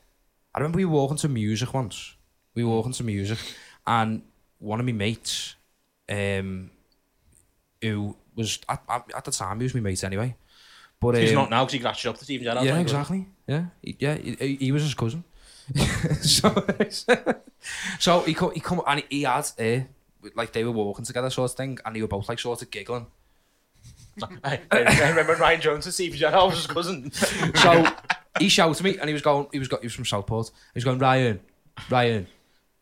Speaker 1: I remember we were walking to music once. We
Speaker 2: Hmm.
Speaker 1: were walking to music, and one of my mates, um, who was at, at, at the time, he was my mate anyway. But
Speaker 2: He's
Speaker 1: um,
Speaker 2: not now because he latched up to Stephen Gerrard.
Speaker 1: yeah,
Speaker 2: like,
Speaker 1: exactly. Yeah, he, yeah. He, he- he was his cousin. *laughs* so, so he come, he come and he had uh, like they were walking together, sort of thing, and they were both like sort of giggling.
Speaker 2: I, I remember Ryan Jones and Stephen Gerrard
Speaker 1: *laughs*
Speaker 2: was his cousin.
Speaker 1: So he shouted me, and he was going. He was got. He was from Southport. He was going Ryan, Ryan.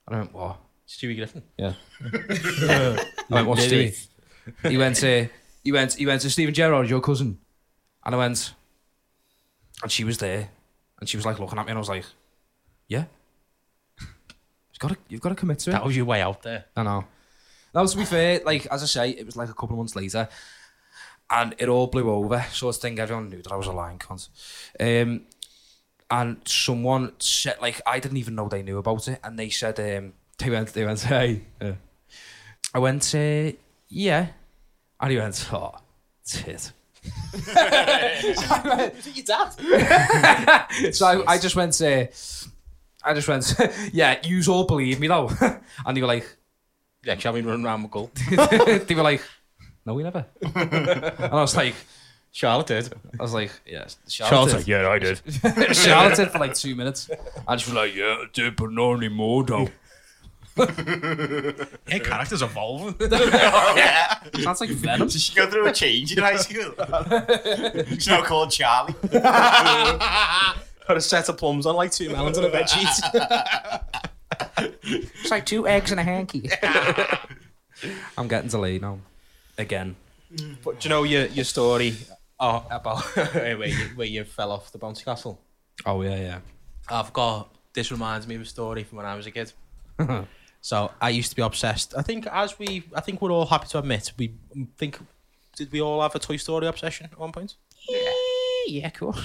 Speaker 1: And I went what?
Speaker 2: Stewie Griffin. *laughs*
Speaker 1: I went what's Stewie? He went. Uh, he went. He went to Stephen Gerrard, your cousin. And I went. And she was there, and she was like looking at me, and I was like, yeah. You've got to. You've got to commit to it.
Speaker 2: was your way out there.
Speaker 1: I know. Now, to be fair, like as I say, it was like a couple of months later, and it all blew over. So I think everyone knew that I was a lying cunt. Um, and someone said, like, I didn't even know they knew about it, and they said, um, they went, they went, hey, uh, I went, uh, yeah, and he went, oh, tit.
Speaker 2: Was it your
Speaker 1: *laughs*
Speaker 2: dad?
Speaker 1: So I, I just went, uh, I just went, *laughs* yeah, you all believe me though, *laughs* and they were like,
Speaker 2: Yeah, shall we run around with goal? *laughs*
Speaker 1: they were like, no, we *laughs* never. and I was like,
Speaker 2: Charlotte did.
Speaker 1: I was like, yes, Charlotte.
Speaker 2: Charlotte's yeah,
Speaker 1: *laughs*
Speaker 2: I did.
Speaker 1: Charlotte did for like two minutes. I just was like, yeah, I did, but not anymore, *laughs* though.
Speaker 2: Her
Speaker 1: *laughs*
Speaker 2: character's evolving.
Speaker 3: yeah.
Speaker 1: Sounds like
Speaker 2: *laughs*
Speaker 1: Venom.
Speaker 3: Did she go through a change in high school? She's now called Charlie.
Speaker 2: Got a set of plums on like two melons and a veggie.
Speaker 1: It's like two eggs and a hanky. I'm getting delayed now. Again.
Speaker 2: but do you know your your story oh, about *laughs* where you, where you fell off the bouncy castle?
Speaker 1: Oh, yeah, yeah.
Speaker 2: I've got this reminds me of a story from when I was a kid. so I used to be obsessed. I think as we, I think we're all happy to admit we think did we all have a Toy Story obsession at one point?
Speaker 1: Yeah, cool.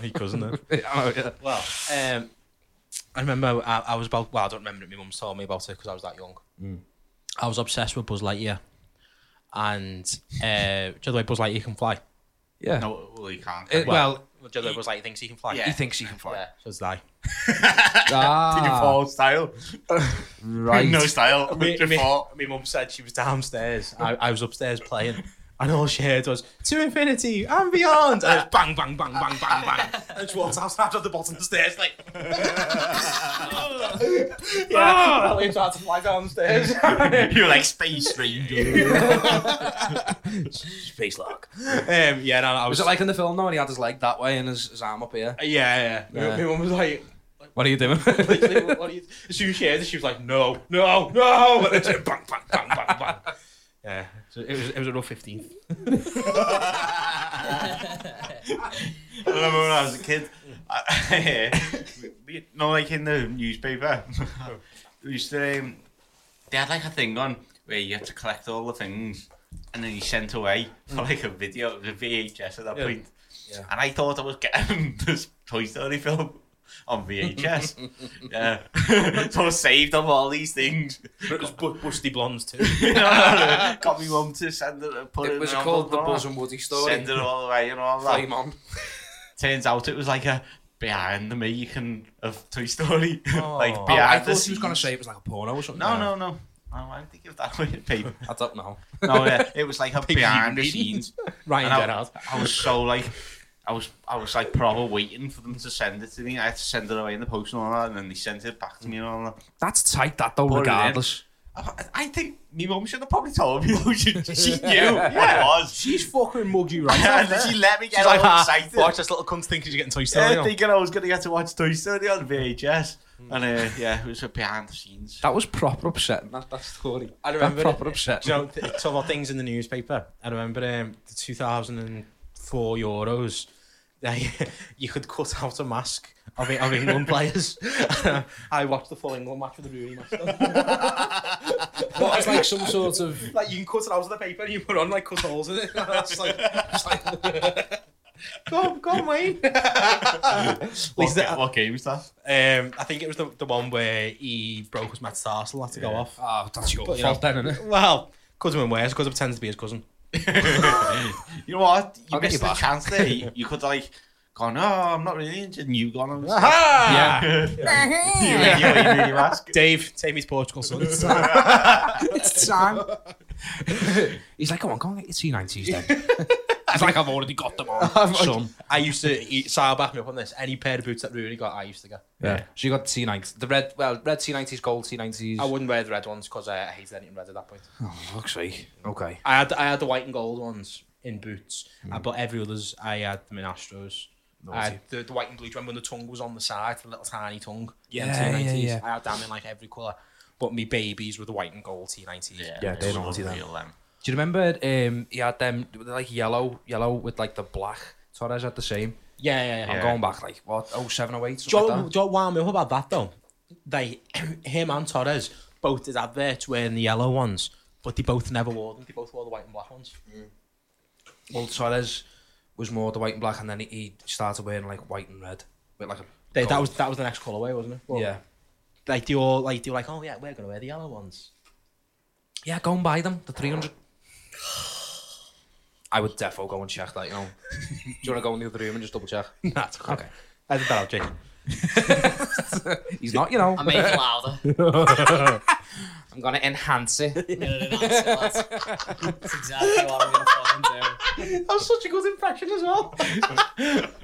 Speaker 2: He cousin it.
Speaker 1: oh, yeah.
Speaker 2: Well, *laughs* um, I remember I, I was about. Well, I don't remember it. My mum told me about it because I was that young. I was obsessed with Buzz Lightyear, and uh, do you know the way Buzz Lightyear can fly?
Speaker 1: Yeah.
Speaker 3: No, well, you can't.
Speaker 1: It- well,
Speaker 2: Do you know the way Buzz Lightyear thinks he can fly?
Speaker 3: Yeah.
Speaker 1: he thinks he can fly.
Speaker 2: yeah. So did I.
Speaker 3: Did you
Speaker 1: Ah,
Speaker 3: fall style?
Speaker 1: right.
Speaker 3: No style.
Speaker 2: Me-
Speaker 3: Did you
Speaker 2: me-
Speaker 3: fall?
Speaker 2: My mum said she was downstairs. I, I was upstairs playing. And all she heard was to infinity and beyond. And it was bang, bang, bang, bang, bang, *laughs* bang. And she walked out snapped at the bottom of the stairs, like. *laughs* yeah, I tried to fly downstairs.
Speaker 3: you were like Space
Speaker 2: *laughs*
Speaker 3: Ranger.
Speaker 1: Space lock.
Speaker 2: Um, yeah, no, I was,
Speaker 1: Was it like in the film though when he had his leg that way and his, his arm up here?
Speaker 2: yeah, yeah.
Speaker 1: Yeah.
Speaker 2: My- My mum was like,
Speaker 1: What are you doing? *laughs*
Speaker 2: literally, what are you? As soon as she heard it, she was like, no, no, no. And then bang, bang, bang, bang, bang. *laughs* Yeah, so it was it was a rough 15th.
Speaker 3: I remember when I was a kid. I, *laughs* you know, like in the newspaper, we used to. Um, they had like a thing on where you had to collect all the things, and then you sent away for like a video, the VHS at that
Speaker 2: Yeah.
Speaker 3: point.
Speaker 1: Yeah.
Speaker 3: And I thought I was getting *laughs* this Toy Story film on
Speaker 1: *laughs*
Speaker 3: VHS. yeah. *laughs* so I saved up all these things. *laughs*
Speaker 2: It was bu- busty blondes too.
Speaker 3: Got me mum to send it, put it.
Speaker 1: it was
Speaker 3: in an
Speaker 1: called The
Speaker 3: envelope.
Speaker 1: Buzz and Woody Story.
Speaker 3: Send it all away and all that.
Speaker 1: Flame on.
Speaker 3: Turns out it was like a behind the making of Toy Story. *laughs* like
Speaker 2: Oh,
Speaker 3: behind
Speaker 1: Oh, I
Speaker 3: the
Speaker 1: thought she was going
Speaker 3: scenes.
Speaker 1: to say it was like a porno or something.
Speaker 3: No, no, no. I wanted to give that away to people.
Speaker 1: I don't know.
Speaker 3: No, yeah, it was like a
Speaker 2: Piggy
Speaker 3: behind the
Speaker 2: reading.
Speaker 3: scenes.
Speaker 2: Ryan
Speaker 3: And I,
Speaker 2: Gerrard.
Speaker 3: I was so like, I was, I was like proper waiting for them to send it to me. I had to send it away in the post and all that, and then they sent it back to me and all that.
Speaker 1: That's tight, that though,
Speaker 3: Put it in.
Speaker 1: regardless.
Speaker 3: I, I think my mum should have probably told me. *laughs* she, she knew what it was.
Speaker 2: She's fucking muggy right
Speaker 3: *laughs* And she let me get
Speaker 2: She's
Speaker 3: all
Speaker 2: like, "Ah,
Speaker 3: excited.
Speaker 2: watch this little cunt thinking she's getting Toy Story
Speaker 3: Yeah,
Speaker 2: on.
Speaker 3: thinking I was going to get to watch Toy Story on VHS. And uh, yeah, it was a behind the scenes.
Speaker 1: That was proper upsetting, that, that story.
Speaker 2: I
Speaker 1: That
Speaker 2: remember
Speaker 1: proper
Speaker 2: it. Do
Speaker 1: upsetting.
Speaker 2: you know, th- some of the things in the newspaper. I remember um, the 2004 Euros. *laughs* They, you could cut out a mask of, E- of England players. *laughs* I watched the full England match with the Rooney mask. on.
Speaker 1: Well, it's like some sort of.
Speaker 2: like you can cut it out of the paper and you put on like cut holes in it. *laughs* It's like, it's like- *laughs* go on, go on, Wayne. At least
Speaker 3: What, ga-
Speaker 2: that-
Speaker 3: what game was that?
Speaker 2: Um, I think it was the, the one where he broke his Matt Tarsal had to go off.
Speaker 1: Ah, that's your
Speaker 2: But, you
Speaker 1: fault then, isn't it?
Speaker 2: Well, cousin and worse, cousin pretends to be his cousin.
Speaker 3: You know what? You
Speaker 1: I'll get
Speaker 3: missed
Speaker 1: you
Speaker 3: the
Speaker 1: back.
Speaker 3: chance
Speaker 1: *laughs*
Speaker 3: there. You, you could like gone, oh, I'm not really injured. And
Speaker 1: *laughs*
Speaker 3: you gone, I'm
Speaker 2: Aha!
Speaker 3: yeah. you ain't- you
Speaker 1: *laughs*
Speaker 3: ain't really mask.
Speaker 2: Dave, take me to Portugal, *laughs* son.
Speaker 1: It's time. *laughs* He's like, come on, go and get your T90s *laughs* then. It's like *laughs* I've already got them on. Some.
Speaker 2: I used to eat Sal back me up on this. Any pair of boots that Rooney got, I used to get.
Speaker 1: Yeah. So you got the T90s. The red, well, red T90s, gold T90s.
Speaker 2: I wouldn't wear the red ones because I hated anything red at that point.
Speaker 1: Oh, for Oh, fuck's sake. Okay.
Speaker 2: I had I had the white and gold ones in boots, uh,
Speaker 1: Mm.
Speaker 2: but every others I had them in Astros. I had the, the white and blue. Do you remember when the tongue was on the side, the little tiny tongue?
Speaker 1: Yeah,
Speaker 2: The T90s.
Speaker 1: yeah, yeah.
Speaker 2: I had them in like every colour. But me babies were the white and gold T90s.
Speaker 1: Yeah, they don't do that.
Speaker 3: Unreal, them.
Speaker 1: Do you remember um, he had them they were like yellow, yellow with like the black? Torres had the same.
Speaker 2: yeah, yeah. yeah.
Speaker 1: I'm going back like what? Oh, seven oh eight.
Speaker 2: Do you,
Speaker 1: something
Speaker 2: know-
Speaker 1: like
Speaker 2: do you know what wound me up about that though? They, *clears throat* him and Torres, both did adverts wearing the yellow ones, but they both never wore them. They both wore the white and black ones.
Speaker 1: that. Well, Torres was more the white and black, and then he- he started wearing like white and red with like a.
Speaker 2: They, that
Speaker 1: gold.
Speaker 2: was that was the next colorway, wasn't it? Well,
Speaker 1: yeah,
Speaker 2: Like they all like they were like, oh yeah, we're gonna wear the yellow ones.
Speaker 1: yeah. Go and buy them. The three hundred. I would defo go and check that. You know. do you want to go in the other room and just double check?
Speaker 2: That's
Speaker 1: Okay.
Speaker 2: I did that, Jake.
Speaker 1: He's not. You know.
Speaker 5: I make it louder.
Speaker 1: I'm gonna enhance it.
Speaker 5: No, no, no, that's, that's, *laughs* that's exactly what I'm gonna fucking do.
Speaker 2: That's such a good impression as well.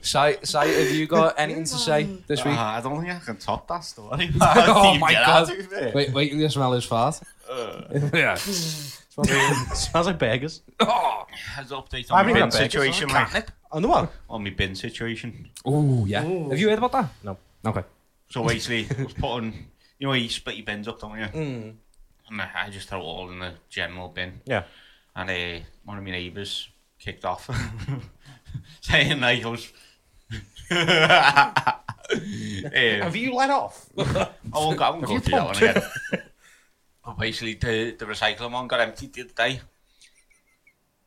Speaker 1: Sai, Sai, have you got anything to say this
Speaker 3: Uh,
Speaker 1: week?
Speaker 3: I don't think I can top that
Speaker 1: *laughs*
Speaker 3: story. *laughs*
Speaker 1: Oh my
Speaker 3: Get
Speaker 1: God.
Speaker 3: out of here.
Speaker 1: Wait, wait, till you smell his fart.
Speaker 3: Uh,
Speaker 1: yeah.
Speaker 2: Smells like burgers.
Speaker 1: Oh,
Speaker 3: has update
Speaker 2: I haven't
Speaker 3: on my
Speaker 2: even had
Speaker 3: bin
Speaker 2: breakfast,
Speaker 3: situation,
Speaker 2: sorry.
Speaker 3: mate.
Speaker 2: On the what?
Speaker 3: On my bin situation.
Speaker 1: Ooh, yeah. Have you heard about that?
Speaker 2: No.
Speaker 1: Okay.
Speaker 3: So basically, I was putting, you know, you split your bins up, don't you?
Speaker 2: Mm.
Speaker 3: And I I just throw it all in the general bin.
Speaker 2: Yeah.
Speaker 3: And uh, one of my neighbours kicked off, *laughs* saying like I was. *laughs* um,
Speaker 2: *laughs* Have you let off?
Speaker 3: I won't go, I won't
Speaker 1: Have
Speaker 3: go
Speaker 1: you
Speaker 3: through that one
Speaker 1: pumped?
Speaker 3: again. Oh, basically, the, the recycling one got emptied the other day,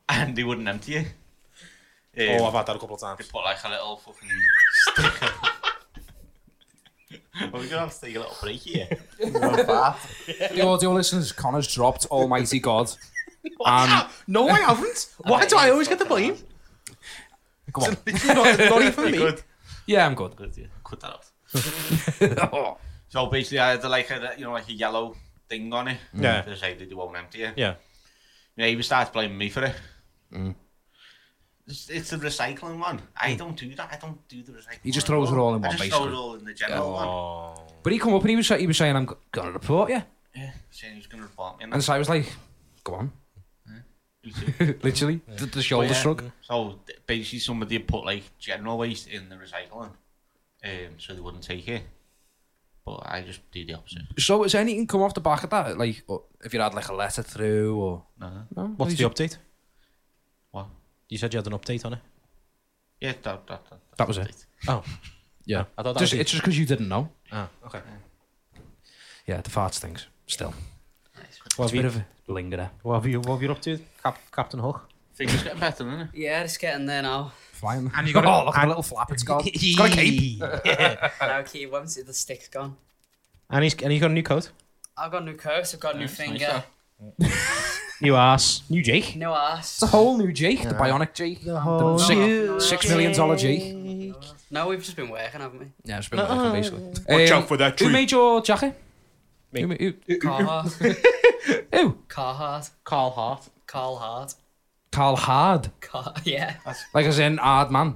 Speaker 3: and they wouldn't empty it. Um,
Speaker 2: oh, I've had that a couple of
Speaker 3: They
Speaker 2: times.
Speaker 3: put like a little fucking sticker. We're gonna have to take a little break here.
Speaker 1: The audio listeners, Connor's dropped Almighty
Speaker 2: *laughs*
Speaker 1: God. Um,
Speaker 2: No, I haven't. Why do I always get the blame?
Speaker 1: come on.
Speaker 2: It's not, not even me.
Speaker 3: Good.
Speaker 1: Yeah, I'm good.
Speaker 3: Good. Yeah. Cut that out.
Speaker 1: oh.
Speaker 3: So basically, I had like a eh, you know like a yellow thing on it.
Speaker 2: Yeah.
Speaker 3: They say that they won't empty it.
Speaker 2: Yeah.
Speaker 3: Yeah, he starts blaming me for it.
Speaker 1: Mm.
Speaker 3: It's, Dus it's the recycling one. I don't do that. I don't do the recycling.
Speaker 1: He just
Speaker 3: one at
Speaker 1: throws it all in one,
Speaker 3: I just throw
Speaker 1: basically.
Speaker 3: it all in the general one.
Speaker 1: But he come up and he was he was saying, "I'm gonna report you,"
Speaker 3: Yeah, saying he's gonna report me. and
Speaker 1: and so I was like, "Go on." *laughs*
Speaker 3: that. You too.
Speaker 1: Literally, the, the shoulder
Speaker 3: But Oh, yeah,
Speaker 1: shrug.
Speaker 3: So th- basically, somebody had put like general waste in the recycling, um, so they wouldn't take it. But I just do the opposite.
Speaker 1: So, has anything come off the back of that? Like, or if you had like a letter through, or
Speaker 3: No.
Speaker 1: no?
Speaker 2: What's the
Speaker 1: Like,
Speaker 2: update?
Speaker 3: What?
Speaker 2: You said you had an update on it.
Speaker 3: Yeah, that that that, that,
Speaker 1: That was it.
Speaker 2: Oh,
Speaker 1: Yeah,
Speaker 2: I thought that
Speaker 1: just,
Speaker 2: was
Speaker 1: it's just because you didn't know.
Speaker 2: Ah, okay.
Speaker 1: Yeah, the farts things still. It's a
Speaker 2: What have,
Speaker 1: bit
Speaker 2: you,
Speaker 1: of a lingerer.
Speaker 2: what, have you, what have you up to, Cap, Captain Hook?
Speaker 3: Things are getting better, isn't it?
Speaker 5: Yeah, it's getting there now.
Speaker 1: Flying.
Speaker 2: And
Speaker 1: *laughs*
Speaker 2: you got a-
Speaker 1: oh, look at the
Speaker 2: and-
Speaker 1: little flap it's got. It's got a cape.
Speaker 5: now, keep once the stick's gone.
Speaker 2: And he's and he's got a new coat.
Speaker 5: I've got a new curse, I've got a
Speaker 3: Yeah,
Speaker 5: new
Speaker 3: it's nice,
Speaker 5: finger,
Speaker 3: yeah.
Speaker 5: *laughs*
Speaker 2: New ass. New Jake.
Speaker 5: new ass.
Speaker 1: It's a whole new Jake, the bionic Jake, the
Speaker 2: whole
Speaker 1: six,
Speaker 5: new
Speaker 1: six million dollar Jake.
Speaker 5: No, we've just been working, haven't we?
Speaker 1: Yeah, it's been working basically.
Speaker 2: Watch
Speaker 1: Um,
Speaker 2: out for that
Speaker 1: Who
Speaker 2: tree.
Speaker 1: made your jacket?
Speaker 2: Me.
Speaker 1: Who, ma- who,
Speaker 5: Carhart.
Speaker 1: who?
Speaker 5: Carhart.
Speaker 2: Carl Hart.
Speaker 5: Carl Hart.
Speaker 1: Carl Hard,
Speaker 5: Car- *laughs* yeah.
Speaker 1: like as in hard man.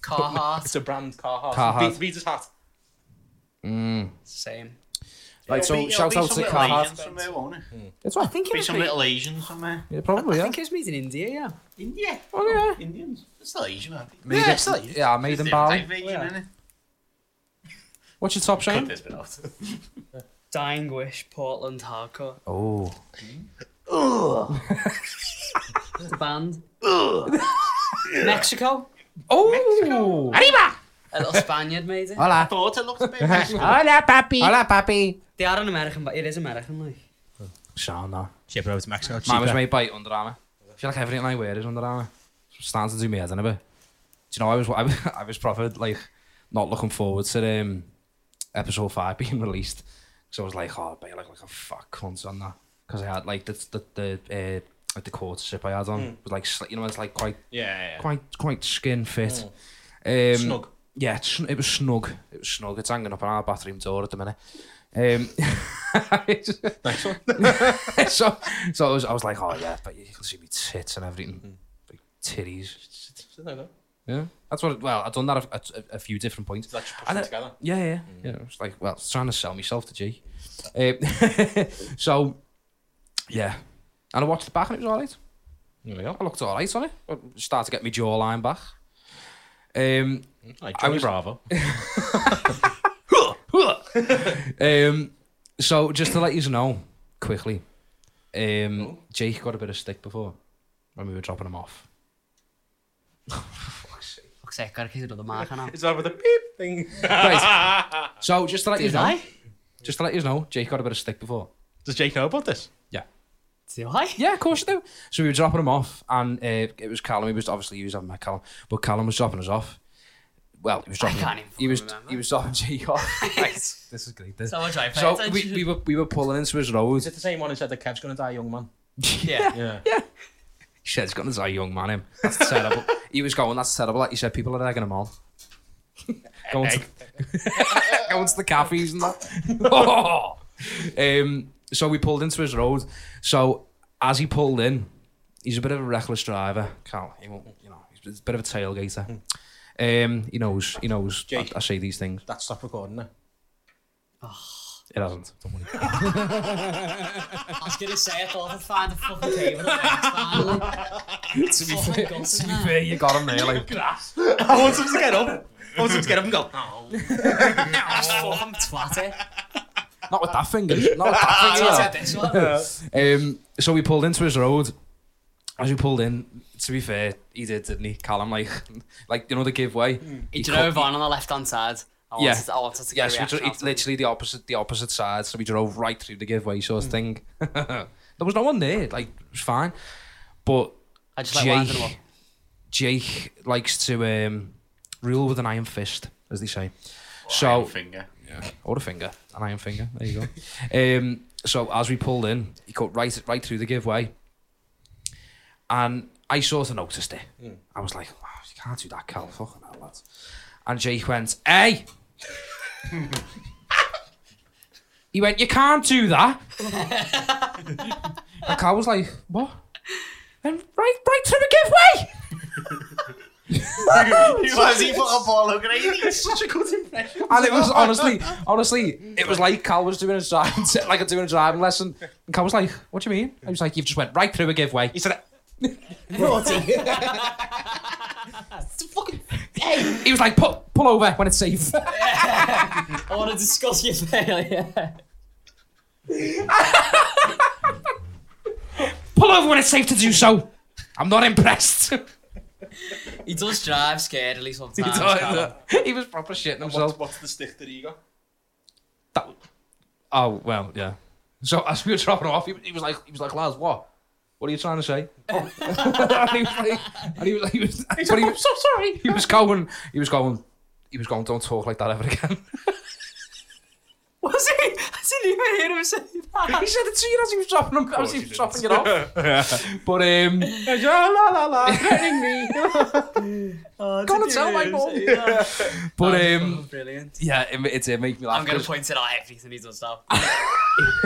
Speaker 5: Carhart.
Speaker 2: a brand, Carl Hart.
Speaker 1: Carhartt.
Speaker 2: Be- Beater's hat.
Speaker 5: Same.
Speaker 1: Like so,
Speaker 3: It'll be-
Speaker 1: shout
Speaker 3: it'll be
Speaker 1: out
Speaker 3: some
Speaker 1: to
Speaker 3: little
Speaker 1: Carl Hart.
Speaker 3: Asian somewhere, won't it?
Speaker 1: It's what?
Speaker 5: think
Speaker 3: Be some little Asian somewhere.
Speaker 1: Yeah, probably.
Speaker 5: I
Speaker 1: Yeah.
Speaker 5: think it was made in India, yeah.
Speaker 3: India.
Speaker 1: Oh,
Speaker 3: Indians. It's still Asian, aren't they?
Speaker 1: Made
Speaker 2: Yeah,
Speaker 1: in-
Speaker 2: it's like-
Speaker 1: yeah, I made in
Speaker 3: Different
Speaker 1: Bali.
Speaker 3: type of Asian,
Speaker 2: Yeah.
Speaker 3: innit?
Speaker 1: What's your top
Speaker 3: Cut
Speaker 1: shame?
Speaker 3: this bit out.
Speaker 5: Dying Wish, Portland Hardcore.
Speaker 1: Oh,
Speaker 5: The band. Mexico.
Speaker 1: oh, arriba!
Speaker 5: A *laughs* little Spaniard made it.
Speaker 3: I
Speaker 1: Hola,
Speaker 3: thought it
Speaker 1: *laughs*
Speaker 3: looked a bit Mexican.
Speaker 1: hola, papi, hola, papi.
Speaker 5: They are an American, but it is American, like.
Speaker 1: Sound that.
Speaker 2: Ship it over to Mexico.
Speaker 1: Mine was
Speaker 2: cheaper.
Speaker 1: made by Under Armour. I feel like everything I wear is Under Armour. It's starting to do me head in a bit. Do you know I was *laughs* I was, I was proper like not looking forward to um, episode five *laughs* being released because I was like, oh, but you look like a fuck cunt on that because I had like the the the uh, like the quarter ship I had on was like sli- you know it's like quite
Speaker 2: Yeah, Hmm.
Speaker 1: quite quite skin fit. Um,
Speaker 2: Snug.
Speaker 1: Yeah, it's, sn- it was snug. It was snug. It's hanging up on our bathroom door at the minute. Um, *laughs*
Speaker 2: Nice one.
Speaker 1: so, so I was, I was like, oh yeah, but you can see me tits and
Speaker 2: Mm-hmm.
Speaker 1: everything, like titties. Yeah, that's what. Well, I've done that a, a, a few different points.
Speaker 2: Like just push
Speaker 1: And
Speaker 2: them
Speaker 1: it-
Speaker 2: together.
Speaker 1: Yeah, yeah,
Speaker 2: Mm.
Speaker 1: yeah. I was like, well, it's trying to sell myself to G. Um, *laughs* so, yeah, and I watched the back and it was all right.
Speaker 2: There we go.
Speaker 1: I looked all right on it. I started to get my jawline back. Um,
Speaker 2: Like
Speaker 1: I
Speaker 2: Johnny
Speaker 1: was-
Speaker 2: Bravo.
Speaker 1: um, so just to let you know quickly, um, Jake got a bit of stick before when we were dropping him off.
Speaker 5: Fuck's sake, gotta keep another mark on
Speaker 2: Is that with the beep thing?
Speaker 1: Right.
Speaker 5: *laughs*
Speaker 1: so just to let you
Speaker 5: Did
Speaker 1: know,
Speaker 5: I?
Speaker 1: just to let you know, Jake got a bit of stick before.
Speaker 2: Does Jake know about this?
Speaker 5: Do I?
Speaker 1: Yeah, of course you do. So we were dropping him off, and uh, it was Callum. He was obviously he was having my Callum, but Callum was dropping us off. Well, he was dropping.
Speaker 5: can't even
Speaker 1: he was
Speaker 5: remember.
Speaker 1: he was dropping Jake off.
Speaker 5: *laughs* Right.
Speaker 1: this is great. This.
Speaker 5: So much I pay
Speaker 1: So
Speaker 5: attention.
Speaker 1: we, we were we were pulling into his road.
Speaker 2: Is it the same one who said that Kev's gonna die, young man?
Speaker 5: Yeah.
Speaker 2: Yeah.
Speaker 1: He said, it's going to die young man, him. That's terrible. he was going, that's terrible. Like you said, people are egging him on. *laughs* going, to, going to the cafes and that. *laughs* um, So we pulled into his road. So as he pulled in, he's a bit of a reckless driver. Can't, he won't, you know, he's a bit of a tailgater. Um, he knows, he knows. I,
Speaker 2: Jake.
Speaker 1: I say these things.
Speaker 2: That stopped recording now.
Speaker 1: It hasn't.
Speaker 5: I was gonna say, I thought I'd find a fucking table. and it's *laughs* finally.
Speaker 1: to be fair,
Speaker 5: Oh, God,
Speaker 1: to be
Speaker 5: no.
Speaker 1: fair, you got him there. Like,
Speaker 2: *laughs* I want him to get up. I want him to get up and *laughs* go, no.
Speaker 5: Just fucking twat it.
Speaker 1: not with that finger. Not with
Speaker 3: *laughs*
Speaker 1: that finger.
Speaker 5: Twat it this one.
Speaker 1: Um, so we pulled into his road. As we pulled in, to be fair, he did, didn't he? Callum, like, *laughs* like you know the giveaway.
Speaker 5: He
Speaker 1: cut-
Speaker 5: drove on on the left hand side. I wanted,
Speaker 1: Yeah.
Speaker 5: I wanted to get
Speaker 1: Yes,
Speaker 5: a
Speaker 1: we dro-
Speaker 5: reaction
Speaker 1: it's
Speaker 5: out of him.
Speaker 1: literally the opposite, the opposite side. So we drove right through the giveaway sort of thing. *laughs* there was no one there. Like, it was fine. But
Speaker 5: I just like winded him up.
Speaker 1: Jake, Jake likes to um, rule with an iron fist, as they say. so
Speaker 3: finger.
Speaker 1: or a finger, an iron finger. There you go. um, so as we pulled in, he cut right right through the giveaway, and I sort of noticed it. I was like, wow, "You can't do that, Cal. Fucking hell, lads." And Jake went, "Hey." he went, "You can't do that." and Cal was like, "What?" And right, right through a giveaway.
Speaker 3: Was he fucking Paul O'Grady?
Speaker 2: Such a good impression.
Speaker 1: *laughs* And it was honestly, honestly, it was like Cal was doing a driving, like doing a driving lesson. And Cal was like, "What do you mean?" I was like, "You've just went right through a giveaway." He said, *laughs*
Speaker 2: Naughty.
Speaker 1: "Hey," he was like, "Pull, pull over when it's safe." *laughs*
Speaker 5: I want to discuss your failure.
Speaker 1: pull over when it's safe to do so. I'm not impressed. *laughs* he,
Speaker 5: *laughs* He does drive scarily sometimes. Callum.
Speaker 1: does- he was proper shitting himself.
Speaker 2: What's the stick that he got?
Speaker 1: That- oh well, yeah. So as we were dropping off, he, he was like, he was like, "Lars, what? What are you trying to say?" and he was like, and he was, he was, but he was
Speaker 2: so sorry.
Speaker 1: he was going, he was going, he was going. Don't talk like that ever again.
Speaker 5: Was he? I didn't even hear him say that.
Speaker 1: He said it to you as he was dropping him, as he was
Speaker 2: he
Speaker 1: dropping it off.
Speaker 5: *laughs*
Speaker 1: but um, la la la, me.
Speaker 5: Oh, did
Speaker 1: Gonna
Speaker 5: he
Speaker 1: tell my
Speaker 5: really
Speaker 1: mum.
Speaker 5: say that?
Speaker 1: But
Speaker 5: That's
Speaker 1: um,
Speaker 5: fucking brilliant.
Speaker 1: yeah, it, it, it made me laugh.
Speaker 5: I'm gonna
Speaker 1: 'cause
Speaker 5: point it out everything he does now.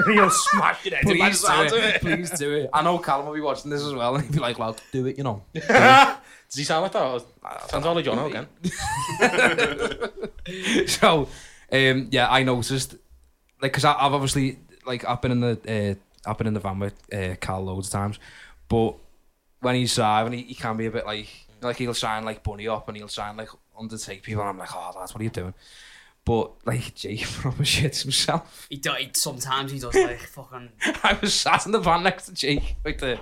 Speaker 1: You'll smash it.
Speaker 2: by the
Speaker 1: Please do
Speaker 2: sounds of
Speaker 1: it. Please do it. I know Callum will be watching this as well, and he'll be like, "Well, do it," you know.
Speaker 2: Does he sound like that? Sounds all like John again.
Speaker 1: *laughs* so, um, yeah, I noticed, like, because I've obviously, like, I've been in the, uh, I've been in the van with uh, Carl loads of times, but when he's driving, he, he can be a bit like, like he'll sign like bunny up and he'll sign like undertake people, and I'm like, oh, that's what are you doing? But like, *laughs* Jake proper shits himself.
Speaker 5: He, do, he sometimes he does like fucking.
Speaker 1: I was sat in the van next to Jake, like the.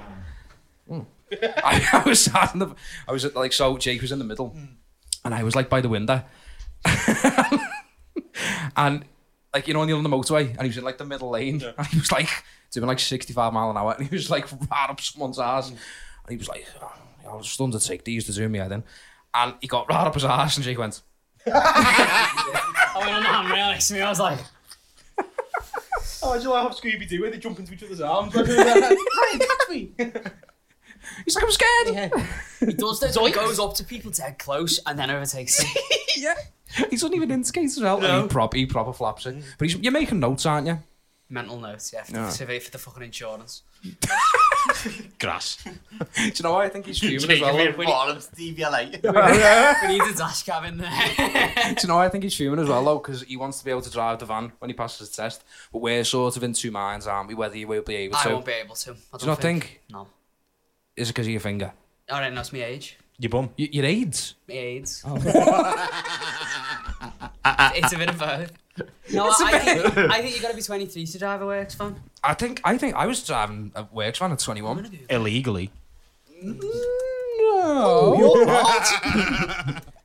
Speaker 1: *laughs* I, I was sat in the. I was at, like so. Jake was in the middle, and I was like by the window, *laughs* and like you know, on the, on the motorway, and he was in like the middle lane, and he was like doing like sixty-five mile an hour, and he was like right up someone's ass, and he was like, oh, "I'll just undertake these to zoom me then," and he got right up his ass, and Jake went,
Speaker 5: I went on the hammer next to me. I was like,
Speaker 2: Oh, do you like Scooby Doo where they jump into each other's arms? Hey, catch me.
Speaker 1: "He's like, I'm scared."
Speaker 5: he does this. He goes up to people dead close and then
Speaker 2: *laughs*
Speaker 5: overtakes them.
Speaker 1: yeah. *laughs* He's not even in skates as well. And he, prop, he proper flaps it. But he's, you're making notes, aren't you?
Speaker 5: *laughs* Mental notes, yeah, for,
Speaker 1: Yeah.
Speaker 5: for the- for the fucking insurance.
Speaker 2: Grass.
Speaker 1: Do *laughs* you know why I think he's fuming as
Speaker 3: Jake,
Speaker 1: well?
Speaker 3: we're
Speaker 1: though?
Speaker 3: Paul and Stevie LA.
Speaker 5: We need a dash cam
Speaker 1: *laughs*
Speaker 5: in there.
Speaker 1: Do you know why I think he's fuming as well, though? Because he wants to be able to drive the van when he passes his test. But we're sort of in two minds, aren't we? Whether he will be able
Speaker 5: I
Speaker 1: to.
Speaker 5: won't be able to. I don't
Speaker 1: do you not think?
Speaker 5: No.
Speaker 1: Is it because of your finger?
Speaker 5: All right, no, it's my age.
Speaker 2: Your bum.
Speaker 1: Y- your AIDS?
Speaker 5: My AIDS.
Speaker 1: Oh.
Speaker 5: *laughs* it's a bit of both. No, I think, I think you got to be 23 to drive a works van.
Speaker 1: I think I think I was driving a works van at 21.
Speaker 2: Illegally.
Speaker 1: Mm, No.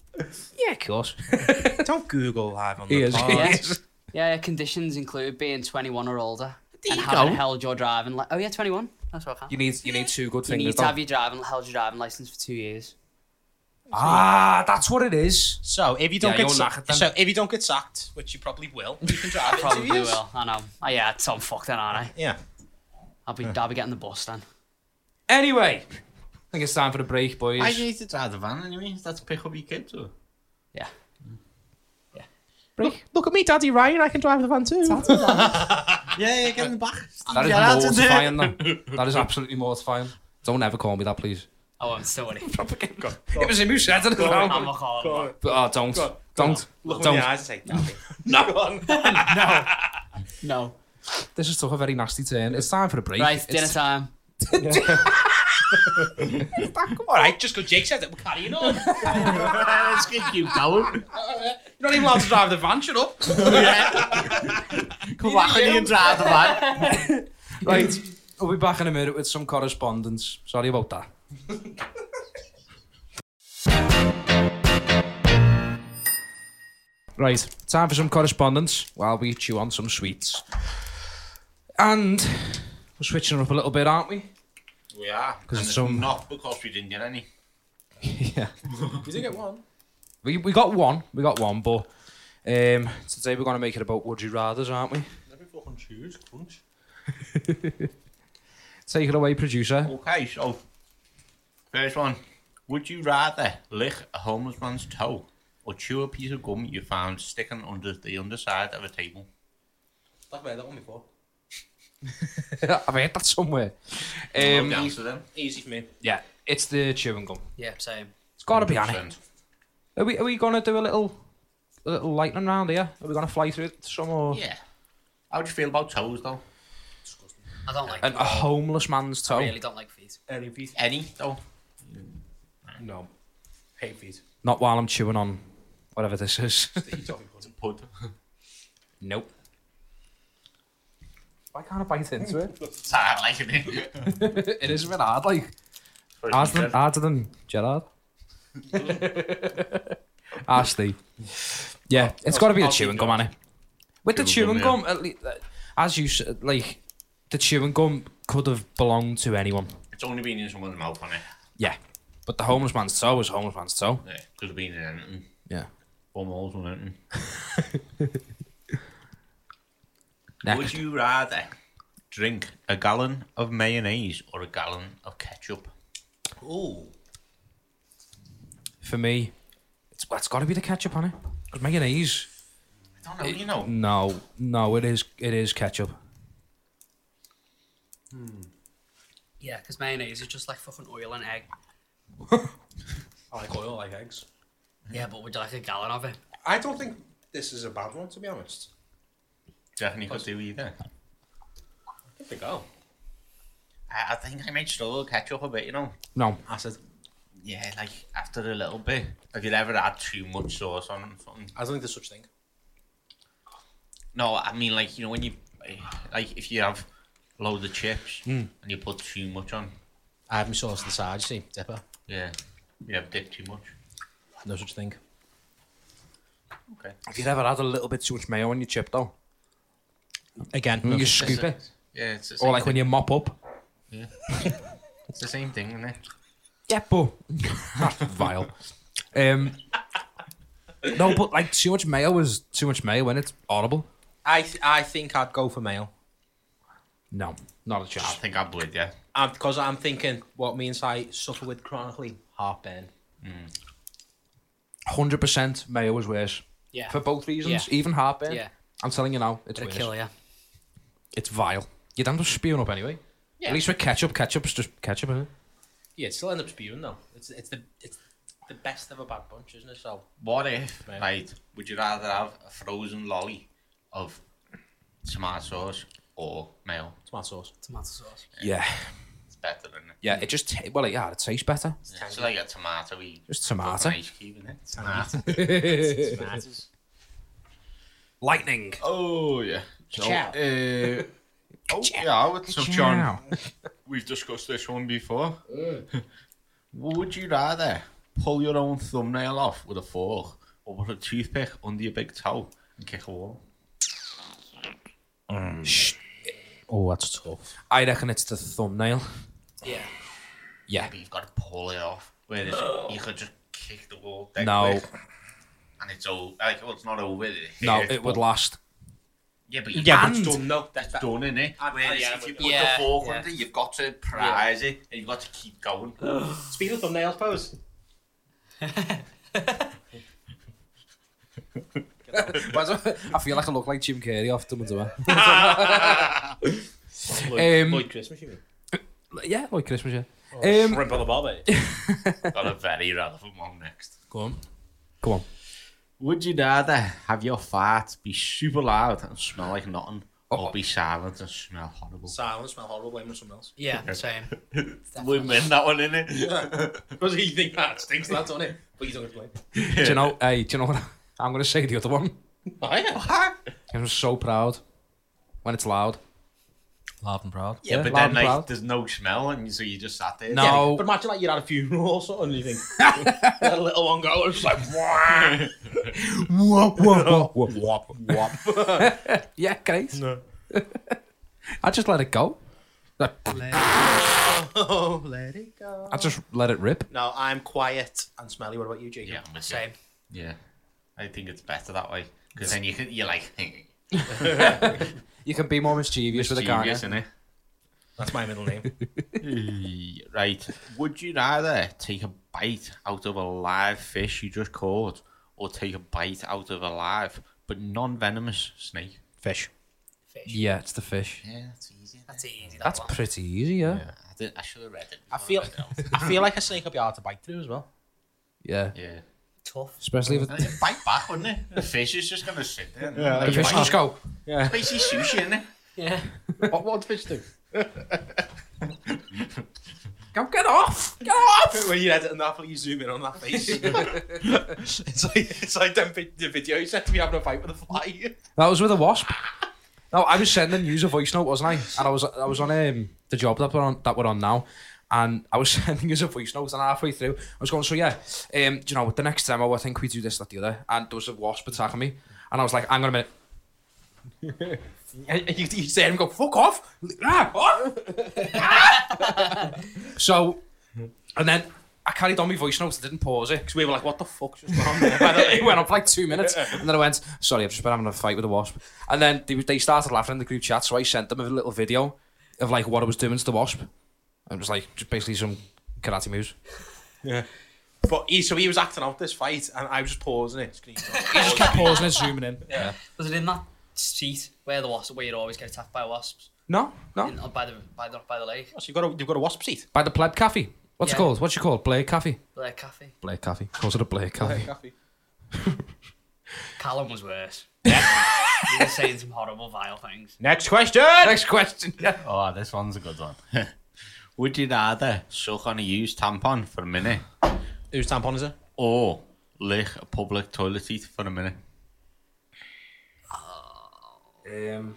Speaker 1: *laughs* yeah, of course.
Speaker 2: Don't Google live on
Speaker 1: He is.
Speaker 2: pod.
Speaker 1: He is.
Speaker 5: Yeah, yeah, conditions include being 21 or older and
Speaker 2: you
Speaker 5: having
Speaker 2: go.
Speaker 5: held your driving. Li- oh yeah, 21. That's what I found.
Speaker 1: You need you need two good
Speaker 5: You
Speaker 1: fingers.
Speaker 5: need to
Speaker 1: don't-
Speaker 5: have your driving held your driving license for two years.
Speaker 1: ah, that's what it is.
Speaker 2: So if you don't
Speaker 1: Yeah,
Speaker 2: get
Speaker 1: you'll knock it
Speaker 2: sacked,
Speaker 1: then.
Speaker 2: so if you don't get sacked, which you probably will, you can drive it
Speaker 5: Probably
Speaker 2: two years.
Speaker 5: will. I know. Oh yeah, so I'm fucked then, aren't I?
Speaker 2: Yeah.
Speaker 5: I'll be, I'll be getting the bus then.
Speaker 1: Anyway, I think it's time for the break, boys.
Speaker 3: I need to drive the van anyway. That's pick up your kids or?
Speaker 5: Yeah.
Speaker 2: Look, look at me, Daddy Ryan. I can drive the van too.
Speaker 3: Yeah, yeah, get in the back.
Speaker 1: That is
Speaker 3: Get out of there.
Speaker 1: mortifying.
Speaker 2: *laughs*
Speaker 1: That. that is absolutely mortifying. Don't ever call me that, please.
Speaker 5: Oh, I'm sorry.
Speaker 1: It was him who said it. But,
Speaker 5: I'm not calling.
Speaker 2: on.
Speaker 1: oh, don't,
Speaker 2: Go on,
Speaker 1: don't,
Speaker 2: Look him
Speaker 1: don't.
Speaker 2: in the eyes and say, "Daddy." No.
Speaker 5: No.
Speaker 1: This has took a very nasty turn. It's time for a break.
Speaker 5: Right,
Speaker 1: It's-
Speaker 5: dinner time.
Speaker 2: All right, just because Jake said it, we're carrying on.
Speaker 3: Let's get you going.
Speaker 2: You're not even allowed to drive the van, shut up.
Speaker 3: Come back when you can drive the van.
Speaker 1: Right, we'll be back in a minute with some correspondence. Sorry about that. *laughs* right, time for some correspondence while we chew on some sweets. And we're switching up a little bit, aren't we?
Speaker 3: We are.
Speaker 1: 'Cause
Speaker 3: And
Speaker 1: it's some-
Speaker 3: Not because we didn't get any.
Speaker 1: yeah.
Speaker 2: You did get one.
Speaker 1: We, we got one, we got one, but um, today we're going to make it about Would You Rathers, aren't we?
Speaker 2: Every fucking choose, crunch.
Speaker 1: *laughs* Take it away, producer. *laughs*
Speaker 3: Okay, so first one. Would you rather lick a homeless man's toe or chew a piece of gum you found sticking under the underside of a table?
Speaker 2: I've made that one before.
Speaker 1: I've heard that somewhere.
Speaker 3: Um,
Speaker 1: Um,
Speaker 3: answer them.
Speaker 2: Easy for me.
Speaker 1: yeah, it's the chewing gum.
Speaker 5: Yeah, same.
Speaker 1: It's got to be on it.
Speaker 3: 100%.
Speaker 1: Are we are we gonna do a little a little lightning round here? Are we gonna fly through it some or
Speaker 3: Yeah. How do you feel about toes though?
Speaker 5: I don't like
Speaker 1: and a homeless man's toe?
Speaker 5: really don't like feet.
Speaker 2: Any feet?
Speaker 3: Any though?
Speaker 2: No. Hate feet.
Speaker 1: Not while I'm chewing on whatever this is.
Speaker 2: That you talking about.
Speaker 3: Put.
Speaker 1: nope. Why can't I bite into
Speaker 2: *laughs*
Speaker 1: it?
Speaker 3: It's hard liking it.
Speaker 1: it is a bit hard, like harder than, harder than Gerard. Ah, Steve. Yeah, it's got to be the
Speaker 3: I'll keep
Speaker 1: chewing gum,
Speaker 3: going.
Speaker 1: hasn't it? With the
Speaker 3: Chewing
Speaker 1: chewing
Speaker 3: gum,
Speaker 1: gum, at least, as you s- like, the chewing gum could have belonged to anyone.
Speaker 3: It's only been in someone's mouth on it.
Speaker 1: Yeah, but the homeless man's toe is homeless man's toe.
Speaker 3: Yeah, could have been in anything.
Speaker 1: Yeah.
Speaker 3: Or moles or anything.
Speaker 1: Next.
Speaker 3: Would you rather drink a gallon of mayonnaise or a gallon of ketchup?
Speaker 2: Ooh.
Speaker 1: for me, it's, well, it's got to be the ketchup on it. Because mayonnaise.
Speaker 3: I don't know, you know.
Speaker 1: No, no, it is it is ketchup.
Speaker 5: Yeah, because mayonnaise is just like fucking oil and egg.
Speaker 2: I *laughs* like oil, I like eggs.
Speaker 5: Yeah, but would you like a gallon of it?
Speaker 2: I don't think this is a bad one, to be honest.
Speaker 3: Definitely could do either.
Speaker 2: Here we go.
Speaker 3: I, I think I might struggle with ketchup a bit, you know.
Speaker 1: No,
Speaker 2: Acid.
Speaker 3: Yeah, like after a little bit. Have you ever had too much sauce on them? Something?
Speaker 2: I don't think there's such thing.
Speaker 3: No, I mean like you know when you like if you have loads of chips and you put too much on.
Speaker 2: I have my sauce to the side, you see, dipper.
Speaker 3: Yeah, you have dipped too much.
Speaker 2: No such thing.
Speaker 3: Okay.
Speaker 1: have you ever had a little bit too much mayo on your chip though? Mm,
Speaker 2: Again,
Speaker 1: When
Speaker 2: no
Speaker 1: you
Speaker 2: such thing.
Speaker 1: scoop it,
Speaker 3: Yeah, it's the same.
Speaker 1: or like when you mop up.
Speaker 3: It's the same thing, isn't it?
Speaker 1: Yeah, but *laughs* that's vile. Um, no, but like too much mayo is too much mayo when it's horrible.
Speaker 2: I, th- I think I'd go for male.
Speaker 1: No, not a
Speaker 3: I
Speaker 1: chance.
Speaker 3: think I would. Yeah.
Speaker 2: Because I'm thinking what me and Si suffer with chronically heartburn.
Speaker 1: Hundred percent mayo is worse
Speaker 5: Yeah.
Speaker 1: for both reasons.
Speaker 5: Yeah.
Speaker 1: Even heartburn.
Speaker 5: Yeah.
Speaker 1: I'm telling you now, it's
Speaker 5: It'll
Speaker 1: worse.
Speaker 5: kill you.
Speaker 1: It's vile. You'd end up spewing up anyway.
Speaker 2: Yeah.
Speaker 1: At least with ketchup, ketchup's just ketchup, isn't it?
Speaker 2: Yeah, it still end up spewing though. It's it's the it's the best of a bad bunch, isn't it? So
Speaker 3: What if?
Speaker 2: Right.
Speaker 3: Right. Would you rather have a frozen lolly of tomato sauce or mayo?
Speaker 2: tomato sauce.
Speaker 5: Tomato sauce.
Speaker 1: Yeah.
Speaker 3: It's better than it.
Speaker 1: Yeah, it just ta- well, yeah, it tastes better.
Speaker 3: Yeah, It's like a tomatoey
Speaker 1: Just tomato.
Speaker 3: ice cube, isn't it? Tomato.
Speaker 2: Tomatoes.
Speaker 1: Lightning.
Speaker 3: Oh yeah. So,
Speaker 2: Ciao.
Speaker 3: uh, oh yeah, with so John, we've discussed this one before. Mm. *laughs* Would you rather pull your own thumbnail off with a fork or with a toothpick under your big toe and kick a wall?
Speaker 1: Shh.
Speaker 2: Oh, that's tough.
Speaker 1: I reckon it's the thumbnail.
Speaker 5: Yeah.
Speaker 1: Yeah.
Speaker 3: But you've got to pull it off. Whereas you could just kick the wall. dead
Speaker 1: No,
Speaker 3: quick and it's all like well, it's not over. it hit,
Speaker 1: no, it would
Speaker 3: but-
Speaker 1: last.
Speaker 3: Yeah, but you
Speaker 2: Yeah,
Speaker 3: can't
Speaker 2: but it's done though. That's that,
Speaker 3: done in it.
Speaker 2: I-
Speaker 3: Whereas
Speaker 2: yeah,
Speaker 3: if you
Speaker 2: but-
Speaker 3: put
Speaker 5: Yeah,
Speaker 3: the fork
Speaker 5: yeah.
Speaker 3: under, you've got to prize it and you've got to keep going.
Speaker 2: Speed of thumbnails pose. Get
Speaker 1: *laughs* Why do I I feel like I look like Jim Carrey off Dumb and Dumber.
Speaker 4: Lloyd,
Speaker 1: Um,
Speaker 4: Lloyd Christmas, you mean?
Speaker 1: Yeah, like Christmas, yeah.
Speaker 4: Oh,
Speaker 1: um,
Speaker 4: shrimp on the barbie.
Speaker 3: *laughs* Got a very relevant one next.
Speaker 1: Go on. Come on.
Speaker 3: Would you rather have your fart be super loud and smell like nothing, or be silent and smell horrible?
Speaker 2: Silence, smell horrible, blame it on someone else.
Speaker 5: Yeah, same.
Speaker 3: Women, that one, in it.
Speaker 2: Because you think that stinks, that's on it. But you don't complain.
Speaker 1: Do you know? Hey, do you know what? *laughs* I'm gonna say the other one.
Speaker 2: Oh, yeah.
Speaker 1: 'Cause I'm so proud when it's loud.
Speaker 2: Loud and proud.
Speaker 3: Yeah, but
Speaker 1: loud
Speaker 3: then
Speaker 1: and
Speaker 3: like
Speaker 1: proud. Nou,
Speaker 3: there's no smell, and so you just sat there.
Speaker 1: No. *laughs*
Speaker 4: But imagine like you're at a
Speaker 2: *laughs*
Speaker 4: funeral or something, and you think let a little one go. It's like "Wah."
Speaker 1: *laughs* Yeah, great. No. I just let it go. Like,
Speaker 2: Oh, let it go.
Speaker 1: I just let it rip.
Speaker 2: No, I'm quiet and smelly. What about you, Jacob?
Speaker 3: Yeah, I'm with you.
Speaker 5: Same.
Speaker 3: Yeah, I think it's better that way because then you can you're like *laughs*
Speaker 1: You can be more mischievous, with a guy.
Speaker 3: mischievous, innit?
Speaker 2: That's my middle name.
Speaker 3: *laughs* Eh, Right. Would you rather take a bite out of a live fish you just caught, or take a bite out of a live but non-venomous snake?
Speaker 2: Fish.
Speaker 5: Fish.
Speaker 1: Yeah, it's the fish.
Speaker 3: Yeah, that's easy.
Speaker 5: That's easy. That
Speaker 1: That's
Speaker 5: one.
Speaker 1: pretty easy, yeah.
Speaker 3: Yeah, I, did, I should have read it.
Speaker 2: I feel, I feel like a snake would be hard to bite through as well.
Speaker 1: Yeah.
Speaker 3: Yeah.
Speaker 5: tough.
Speaker 1: Especially if it,
Speaker 3: And it'd bite back, wouldn't it? The fish is just gonna sit there. Yeah.
Speaker 1: the
Speaker 3: Like,
Speaker 1: fish just go.
Speaker 3: spicy sushi, isn't it?
Speaker 5: Yeah.
Speaker 4: what what fish do?
Speaker 1: Go get off! Get off!
Speaker 2: *laughs* when you edit an apple, you zoom in on that face. it's like it's like them, vi- the video you said to be having a fight with a fly.
Speaker 1: That was with a wasp. No, I was sending news a voice note, wasn't I? And I was I was on um, the job that we're on that we're on now, and I was *laughs* sending us a voice note, and halfway through, I was going, so yeah, um, do you know, the next demo, I think we do this, that, the other, and there was a wasp attacking me, and I was like, hang on a minute. *laughs* And you, you hear him go, fuck off! Ah, what? *laughs* Ah! so, and then I carried on my voice notes, I didn't pause it,
Speaker 2: So we were like, what the fuck's just wrong?
Speaker 1: and then *laughs* it went on for like two minutes, and then I went, "Sorry, I've just been having a fight with a wasp." And then they, they started laughing in the group chat, so I sent them a little video of like what I was doing to the wasp. And it was like just basically some karate moves.
Speaker 2: *laughs* But he, so he was acting out this fight, and I was just pausing it.
Speaker 1: He just kept pausing and zooming in.
Speaker 5: Was it in that street where the wasp, where you always get attacked by wasps?
Speaker 1: No, no,
Speaker 5: In, uh, by the by the by the lake,
Speaker 2: So you've got a you've got a wasp seat.
Speaker 1: by the pleb cafe. What's it
Speaker 5: Yeah.
Speaker 1: called? What's it called? Blake cafe.
Speaker 5: the lake cafe.
Speaker 1: Blake cafe. Calls it a Blake cafe.
Speaker 5: Callum was worse. *laughs* he was saying some horrible, vile things.
Speaker 4: Next question.
Speaker 1: Next question.
Speaker 3: Oh, this one's a good one. *laughs* Would you rather suck on a used tampon for a minute,
Speaker 2: Whose tampon is it?
Speaker 3: or lick a public toilet seat for a minute?
Speaker 1: Um,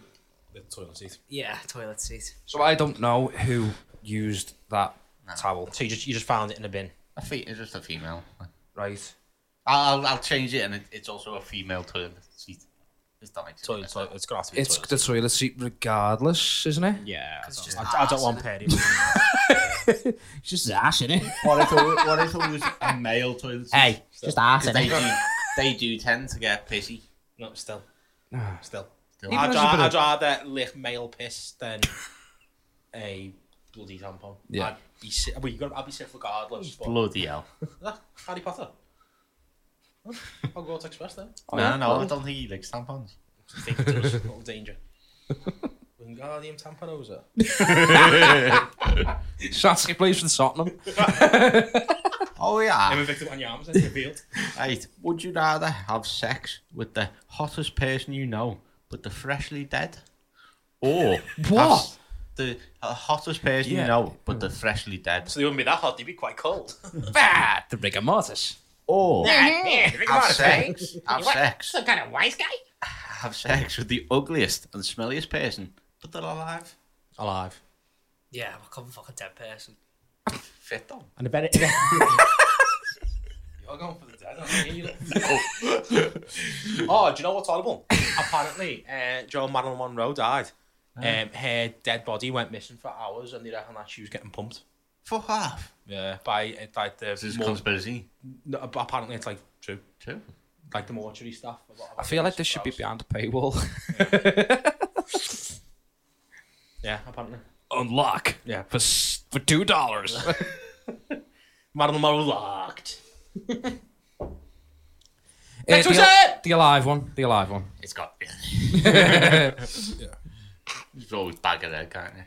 Speaker 2: With toilet seat.
Speaker 5: Yeah, toilet seat.
Speaker 1: so I don't know who used that towel,
Speaker 2: So you just you just found it in a bin.
Speaker 3: A fe- it's just a female.
Speaker 1: right?
Speaker 3: I'll, I'll, I'll change it, and it, it's also a female toilet seat. Does that make sense?
Speaker 2: Toilet, toilet. It's gonna have to be. a
Speaker 1: It's
Speaker 2: toilet.
Speaker 1: the toilet seat, regardless, isn't it?
Speaker 4: Yeah.
Speaker 5: It's just
Speaker 2: I, I don't want
Speaker 5: arse,
Speaker 2: Perry.
Speaker 1: It's just ash, is it?
Speaker 3: What if, it, wa- what if it was a male toilet seat?
Speaker 4: Hey, just ask
Speaker 3: 'Cause They do, they do tend to get pissy.
Speaker 2: *laughs* no, *sighs* still, still.
Speaker 3: Still.
Speaker 1: Even
Speaker 2: I'd,
Speaker 1: as a bit
Speaker 2: ra-
Speaker 1: of-
Speaker 2: I'd rather lick male piss than a bloody tampon.
Speaker 1: Yeah.
Speaker 2: I'd be sick. Well, you got. I'd be sick regardless. But
Speaker 3: Bloody hell.
Speaker 2: Ah, Harry Potter. I'll go to Express then.
Speaker 1: Oh,
Speaker 3: no,
Speaker 1: yeah.
Speaker 3: no, I don't think he licks tampons.
Speaker 2: Think it does, Little danger. Wingardium Tampanosa.
Speaker 1: *laughs* Sassy plays for Tottenham.
Speaker 3: Oh, yeah.
Speaker 2: I'm evicted on your arms and revealed.
Speaker 3: Right. Would you rather have sex with the hottest person you know, but the freshly dead? Or
Speaker 1: What?
Speaker 3: have The uh, hottest person
Speaker 1: Yeah.
Speaker 3: you know, but the freshly dead.
Speaker 2: So they wouldn't be that hot, they'd be quite cold.
Speaker 1: Bad, the rigor mortis.
Speaker 3: Or have
Speaker 2: Have
Speaker 3: sex. Have sex.
Speaker 2: kind of wise guy.
Speaker 3: Have sex with the ugliest and smelliest person, but they're alive.
Speaker 4: Alive.
Speaker 5: Yeah, I'm a common fucking dead person.
Speaker 3: Fit them.
Speaker 4: And the benefit.
Speaker 2: You're going for the dead, aren't you? *laughs* oh, do you know what's horrible? Apparently, uh, Joe Marilyn Monroe died. Um, her dead body went missing for hours, and they reckon that she was getting pumped.
Speaker 3: Fuck off.
Speaker 2: Yeah, by uh, like the
Speaker 3: This is
Speaker 2: mor-
Speaker 3: conspiracy.
Speaker 2: no, apparently it's like true,
Speaker 3: True.
Speaker 2: like the mortuary stuff.
Speaker 1: I feel like this should be behind a paywall.
Speaker 2: Yeah, apparently.
Speaker 1: *laughs* Unlock.
Speaker 2: Yeah.
Speaker 1: For, s- for two dollars.
Speaker 2: Marilyn Monroe locked.
Speaker 1: Next
Speaker 2: one's
Speaker 1: the, the alive one. The alive one.
Speaker 3: It's got. *laughs*
Speaker 1: yeah.
Speaker 3: It's always bagger there, can't you?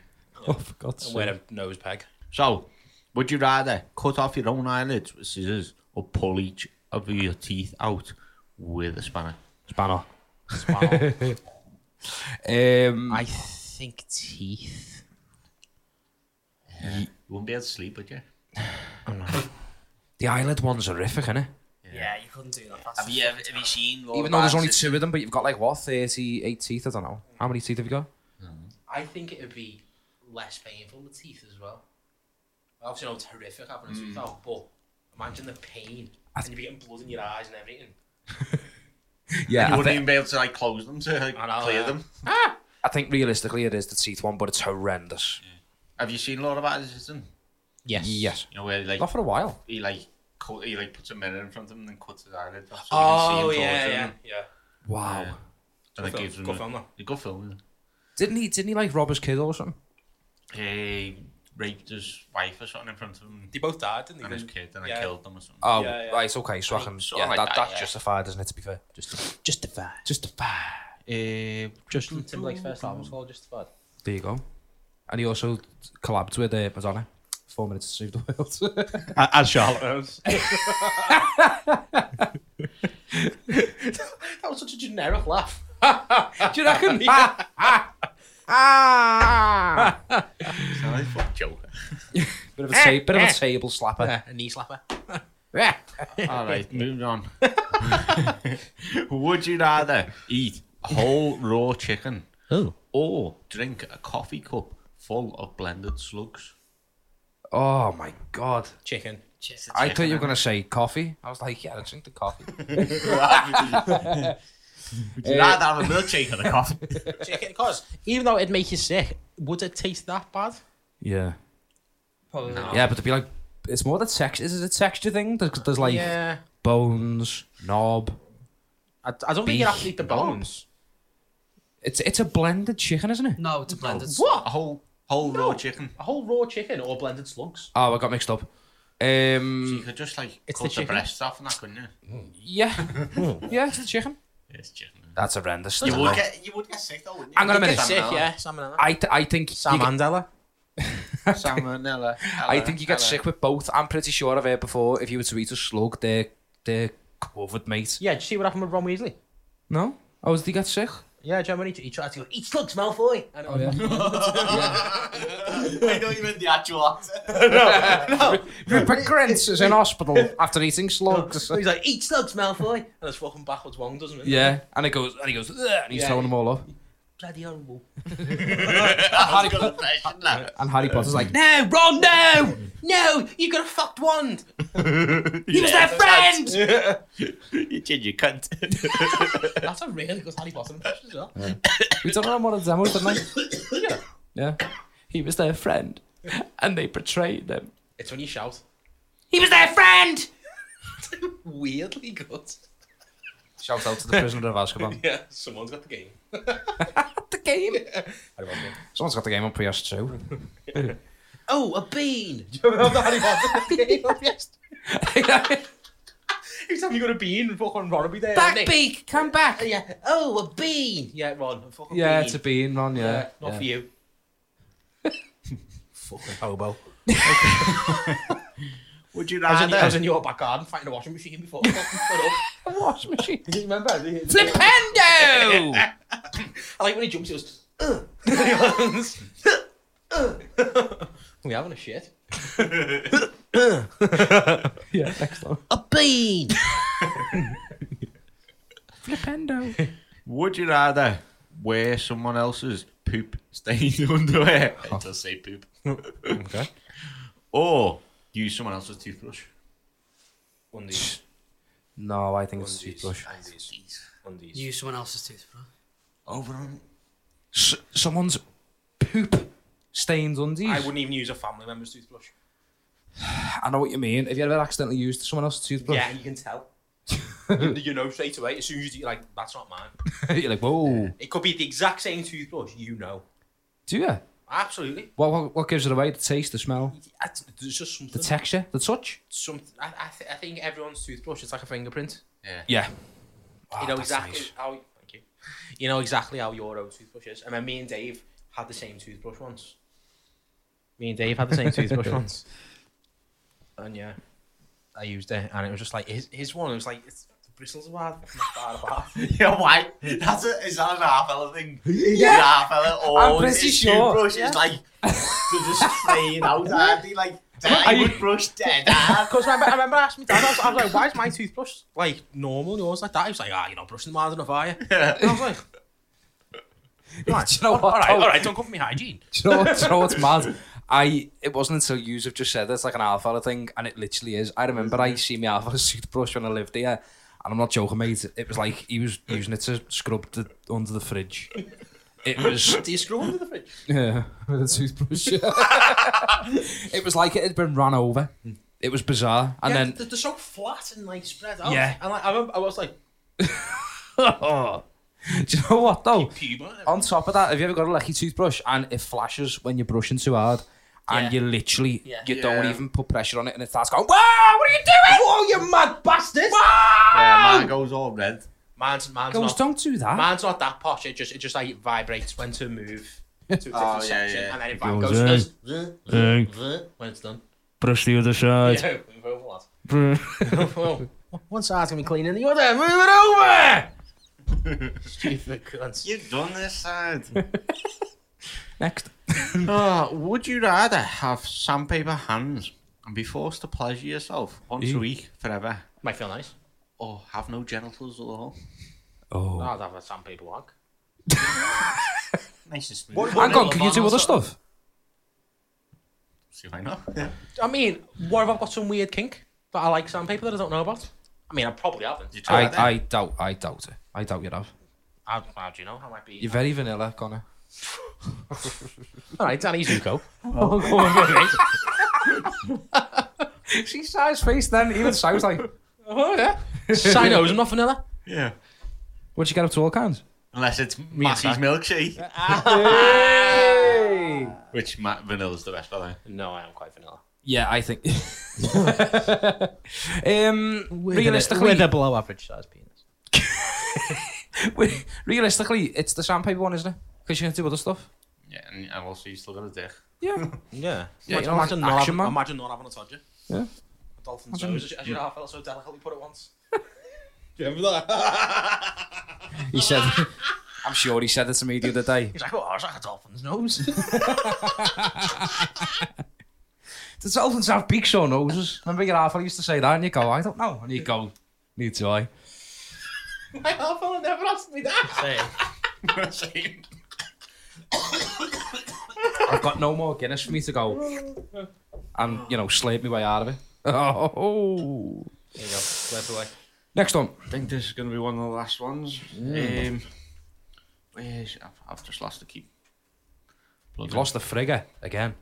Speaker 1: Oh, for God's
Speaker 2: and wear
Speaker 1: sake.
Speaker 2: a nose peg.
Speaker 3: So, would you rather cut off your own eyelids with scissors or pull each of your teeth out with a spanner?
Speaker 1: Spanner.
Speaker 2: Wow.
Speaker 1: *laughs* Um,
Speaker 3: I think teeth. You wouldn't be able to sleep, would you?
Speaker 1: the eyelid one's horrific, innit?
Speaker 5: Yeah, you couldn't do that.
Speaker 3: Have you ever have you seen? Laura
Speaker 1: Even though there's only
Speaker 3: Barnes'
Speaker 1: two of them, but you've got like what, 38 teeth? I don't know. How many teeth have you got?
Speaker 2: I think it would be less painful with teeth as well. Obviously, no, it's horrific having a tooth out, but imagine the pain.
Speaker 1: I
Speaker 2: and you're getting blood in your eyes and everything.
Speaker 1: Yeah.
Speaker 3: You
Speaker 1: I,
Speaker 3: wouldn't
Speaker 1: thi-
Speaker 3: even be able to like close them to like,
Speaker 2: I know,
Speaker 3: clear
Speaker 2: yeah.
Speaker 3: them.
Speaker 1: I think realistically it is the teeth one, but it's horrendous.
Speaker 3: Have you seen Laura Patterson?
Speaker 2: Yes.
Speaker 1: Yes.
Speaker 3: You know where like
Speaker 1: Not for a while.
Speaker 3: he like cut, he like puts a mirror in front of him and then cuts his eyelid off. So you
Speaker 2: Oh,
Speaker 3: can see him
Speaker 2: yeah,
Speaker 3: torturing
Speaker 2: yeah,
Speaker 3: him.
Speaker 2: yeah.
Speaker 1: Wow.
Speaker 3: Yeah. And
Speaker 2: Good
Speaker 3: it
Speaker 2: film.
Speaker 3: gives him
Speaker 2: Good
Speaker 3: a-
Speaker 2: film, though.
Speaker 3: a good film.
Speaker 1: Didn't he? Didn't he like rob his kid or something?
Speaker 3: yeah. He raped his wife or something in front of him
Speaker 2: They both died, didn't
Speaker 3: and
Speaker 2: they?
Speaker 3: his kid, and
Speaker 2: Yeah.
Speaker 3: I killed them or something.
Speaker 1: Oh,
Speaker 2: Yeah, yeah.
Speaker 1: right. Okay. So I can.
Speaker 3: Sort
Speaker 1: Yeah,
Speaker 3: of like
Speaker 1: that,
Speaker 3: that,
Speaker 1: that's
Speaker 3: yeah.
Speaker 1: justified, isn't it? To be fair. Just justified. Justified.
Speaker 2: Uh, Justin Timberlake's
Speaker 3: *laughs*
Speaker 2: first album was called Justified.
Speaker 1: There you go. And he also collabed with uh, Madonna. Four minutes to save the world. *laughs*
Speaker 4: As Charlotte knows.
Speaker 2: That was such a generic laugh.
Speaker 1: Do you reckon? *laughs* Ah, ah, ah.
Speaker 3: It's not like fuck Joker.
Speaker 1: bit of a, ta- bit of a table slapper.
Speaker 2: a knee slapper.
Speaker 3: All right, moving on. *laughs* Would you rather eat whole raw chicken or drink a coffee cup full of blended slugs?
Speaker 1: Oh my god!
Speaker 2: Chicken.
Speaker 1: I thought you were gonna say coffee. I was like, yeah, I drink the coffee.
Speaker 3: Would
Speaker 1: Uh,
Speaker 3: you rather have a milkshake
Speaker 1: *laughs*
Speaker 3: or a coffee?
Speaker 2: Chicken, because even though it'd make you sick, would it taste that bad?
Speaker 1: *laughs* yeah.
Speaker 5: Probably.
Speaker 1: Yeah, but to be like, it's more the texture. Is it a texture thing? There's, there's like
Speaker 2: yeah.
Speaker 1: bones, knob.
Speaker 2: I, I don't think you'd
Speaker 1: Beef.
Speaker 2: have to eat the bones.
Speaker 1: It's it's a blended chicken, isn't it?
Speaker 5: No, it's a blended.
Speaker 3: A whole whole raw chicken.
Speaker 2: A whole raw chicken or blended slugs?
Speaker 1: Oh, I got mixed up.
Speaker 3: So you
Speaker 1: Um,
Speaker 3: could just like
Speaker 2: It's the
Speaker 3: cut the,
Speaker 2: chicken.
Speaker 3: breasts off and that, couldn't you?
Speaker 1: *laughs* yeah, yeah, it's the chicken.
Speaker 3: It's chicken.
Speaker 1: That's horrendous.
Speaker 3: You would get you would get sick though, wouldn't you?
Speaker 1: Hang on a
Speaker 2: You'd get
Speaker 1: minute.
Speaker 2: sick,
Speaker 3: Salmonella.
Speaker 2: yeah. Salmonella.
Speaker 1: I, th- I think
Speaker 2: Sam
Speaker 1: you,
Speaker 2: Mandela.
Speaker 3: *laughs* Salmonella.
Speaker 1: I think you get sick with both. I'm pretty sure I've heard before. If you were to eat a slug, they're they're covered, mate.
Speaker 2: Yeah, did you see what happened with Ron Weasley?
Speaker 1: No, oh, did he get sick?
Speaker 2: Yeah, Germany. He tried to go, eat slugs, Malfoy. And it was-
Speaker 3: *laughs* I know you meant the actual answer.
Speaker 1: Rupert Grint is in hospital *laughs* after eating slugs.
Speaker 2: He's like, eat slugs, Malfoy. And it's fucking backwards one, doesn't it?
Speaker 1: yeah, and it goes and he goes "Ugh," and he's
Speaker 2: Yeah.
Speaker 1: throwing them all up.
Speaker 2: Bloody horrible.
Speaker 3: I've got a question now.
Speaker 1: And Harry Potter's like,
Speaker 2: No, Ron, no! No, you got a fucked wand.
Speaker 3: He
Speaker 2: was their friend!
Speaker 3: *laughs* you ginger cunt.
Speaker 2: *laughs* That's a really good Harry Potter impression as well.
Speaker 1: we don't know what a demo tonight. yeah, yeah. He was their friend, and they betrayed them.
Speaker 2: It's when you shout.
Speaker 1: He was their friend.
Speaker 2: *laughs* Weirdly good.
Speaker 1: Shout out to the prisoner of *laughs* Azkaban.
Speaker 2: Yeah, someone's got the game.
Speaker 1: the game. Someone's got the game on PS Two.
Speaker 2: Oh, a bean! Do you remember Harry Potter game on PS2? Every time you got a bean, fucking Ron will be there. wouldn't he?
Speaker 1: Backbeak, come back.
Speaker 2: Yeah. Oh, a bean! Yeah, Ron, a fucking
Speaker 1: Yeah,
Speaker 2: bean.
Speaker 1: it's a bean, Ron. Yeah,
Speaker 2: Yeah, not
Speaker 1: yeah.
Speaker 2: for you. fucking hobo.
Speaker 3: Would you
Speaker 2: I was, in, I was
Speaker 3: rather?
Speaker 2: in your back garden fighting a washing machine before. *laughs* I fucking put up.
Speaker 1: A wash machine.
Speaker 2: Do you remember? *laughs*
Speaker 1: Flipendo.
Speaker 2: I like when he jumps, he goes, ugh. Ugh. we having a shit.
Speaker 1: yeah, next one.
Speaker 2: A
Speaker 1: *laughs*
Speaker 2: bean!
Speaker 1: Flipendo.
Speaker 3: Would you rather wear someone else's poop stained *laughs* underwear? It does say poop.
Speaker 1: Okay.
Speaker 3: *laughs* Or use someone else's toothbrush.
Speaker 2: Undies.
Speaker 1: No, I think it's toothbrush.
Speaker 2: Undies.
Speaker 5: Use someone else's toothbrush.
Speaker 3: Over on.
Speaker 1: S- someone's poop stained undies.
Speaker 2: I wouldn't even use a family member's toothbrush.
Speaker 1: I know what you mean. Have you ever accidentally used someone else's toothbrush?
Speaker 2: Yeah, you can tell. you, you know straight away. As soon as you do, like, that's not
Speaker 1: *laughs*
Speaker 2: mine.
Speaker 1: You're like, whoa.
Speaker 2: It could be the exact same toothbrush. You know,
Speaker 1: Do you?
Speaker 2: absolutely.
Speaker 1: What, what, what gives it away? The taste, the smell,
Speaker 2: I- There's just
Speaker 1: the
Speaker 2: something.
Speaker 1: texture, the touch?
Speaker 2: something. I, I, th- I think everyone's toothbrush. It's like a fingerprint.
Speaker 1: Yeah. *laughs*
Speaker 2: you know
Speaker 1: that's
Speaker 2: exactly
Speaker 1: nice.
Speaker 2: how. Thank you. You know exactly how your old toothbrush is. And then me and Dave had the same toothbrush once. Me and Dave had the same *laughs* toothbrush once. And yeah, I used it, and it was just like his, his one. It was like it's, the bristles are bad, not bad *laughs* apart.
Speaker 3: *laughs* Yeah, why? That's a, is that an Arfella thing?
Speaker 1: *laughs* Yeah.
Speaker 3: An Arfella or
Speaker 1: I'm pretty
Speaker 3: his
Speaker 1: sure.
Speaker 3: toothbrush is like,
Speaker 1: *laughs*
Speaker 3: they're just spraying out, aren't they? Like, diamond
Speaker 1: *laughs*
Speaker 3: brush dead Ah, hard.
Speaker 2: Because I, I remember asking my dad, I was, I was like, "Why is my toothbrush like normal? and Yours like that?" He was like, "Ah, you know, brushing them harder than a fire." And I was like,
Speaker 1: Do you know what?
Speaker 2: "All right,
Speaker 1: though?
Speaker 2: all right, don't come for me hygiene."
Speaker 1: *laughs* Do you know, what- do you know what's mad? I it wasn't until you have just said that it's like an alpha thing, and it literally is. I remember I see my alpha *laughs* toothbrush when I lived here, and I'm not joking, mate. It was like he was using it to scrub the, under the fridge. It was *laughs*
Speaker 2: Do you screw under the fridge?
Speaker 1: yeah, with a toothbrush. *laughs* it was like it had been run over. It was bizarre, and
Speaker 2: yeah,
Speaker 1: then *laughs*
Speaker 2: they're, they're so flat and like spread out.
Speaker 1: Yeah.
Speaker 2: and like, I remember, I was like,
Speaker 1: do you know what though?
Speaker 2: Puma.
Speaker 1: On top of that, have you ever got a lucky toothbrush and it flashes when you're brushing too hard? And
Speaker 5: Yeah.
Speaker 1: you literally,
Speaker 5: Yeah.
Speaker 1: you
Speaker 3: Yeah.
Speaker 1: don't even put pressure on it, and it starts going. Wow! What are you doing? Whoa, you mad bastard! Wow!
Speaker 3: Yeah, mine goes all red.
Speaker 2: Mine's, mine's
Speaker 1: Goes,
Speaker 2: not.
Speaker 1: don't do that.
Speaker 2: Mine's not that posh. It just, it just like vibrates when to move to a different
Speaker 3: Oh, yeah,
Speaker 2: section,
Speaker 3: yeah.
Speaker 2: and then it,
Speaker 6: goes
Speaker 2: goes,
Speaker 6: in.
Speaker 2: goes
Speaker 6: Hey,
Speaker 2: when it's done.
Speaker 6: brush the other side.
Speaker 2: Yeah, *laughs* move over, lad.
Speaker 6: Bruh.
Speaker 2: *laughs* well, one side's gonna be cleaning the other. Move it over. *laughs* Stupid cunts.
Speaker 3: You've done this side.
Speaker 1: *laughs* Next.
Speaker 3: oh, would you rather have sandpaper hands and be forced to pleasure yourself once a week forever,
Speaker 2: Might feel nice.
Speaker 3: or "Oh, have no genitals at all?
Speaker 1: Oh.
Speaker 2: I'd have a sandpaper walk.
Speaker 3: Nice and smooth.
Speaker 1: Hang on, can you do other stuff?
Speaker 3: See, why not?
Speaker 2: I mean, what if I've got some weird kink that I like sandpaper that I don't know about? I mean, I probably haven't.
Speaker 3: You try
Speaker 1: I,
Speaker 3: that then.
Speaker 1: I doubt, I doubt it. I doubt you'd have.
Speaker 2: How, how do you know? I might be.
Speaker 1: You're very vanilla, Connor.
Speaker 2: All right, Danny *laughs* Zuko.
Speaker 1: Oh, *laughs* She saw his face then, even so, I was like,
Speaker 2: oh yeah.
Speaker 1: *laughs*
Speaker 2: Sinos and not vanilla.
Speaker 3: Yeah.
Speaker 1: what'd you get up to all kinds?
Speaker 3: Unless it's Massey's *laughs* milkshake, which ma- vanilla's the best, by the way.
Speaker 2: No, I am quite vanilla.
Speaker 1: Yeah, I think. um, realistically, *laughs*
Speaker 2: below average size penis.
Speaker 1: Wait, realistically, it's the sandpaper one, isn't it? Because you can do other stuff.
Speaker 3: Yeah, and, and also you still got a dick.
Speaker 1: Yeah.
Speaker 2: Yeah.
Speaker 1: Yeah, you know, like
Speaker 2: imagine, imagine not
Speaker 1: Action
Speaker 2: having,
Speaker 1: Man.
Speaker 2: imagine not having a todger.
Speaker 1: Yeah.
Speaker 2: A dolphin's
Speaker 1: Imagine-
Speaker 2: nose, as you- as you know, I felt so delicately put it once.
Speaker 1: *laughs* he said. I'm sure he said it to me the other day.
Speaker 2: He's like, oh, it's like a dolphin's
Speaker 1: *laughs*
Speaker 2: nose.
Speaker 1: The dolphins have beaks or noses. Remember your half used to say that, and you go, I don't know, and you go, need to I.
Speaker 2: My half Oh, never asked me that.
Speaker 1: I've got no more Guinness for me to go, and you know, slave my way out of it. *laughs* Oh.
Speaker 2: There you go. Slip away.
Speaker 1: Next one.
Speaker 3: I think this is going to be one of the last ones. Um, where's, I've, I've just lost the key.
Speaker 1: You've lost the frigga again.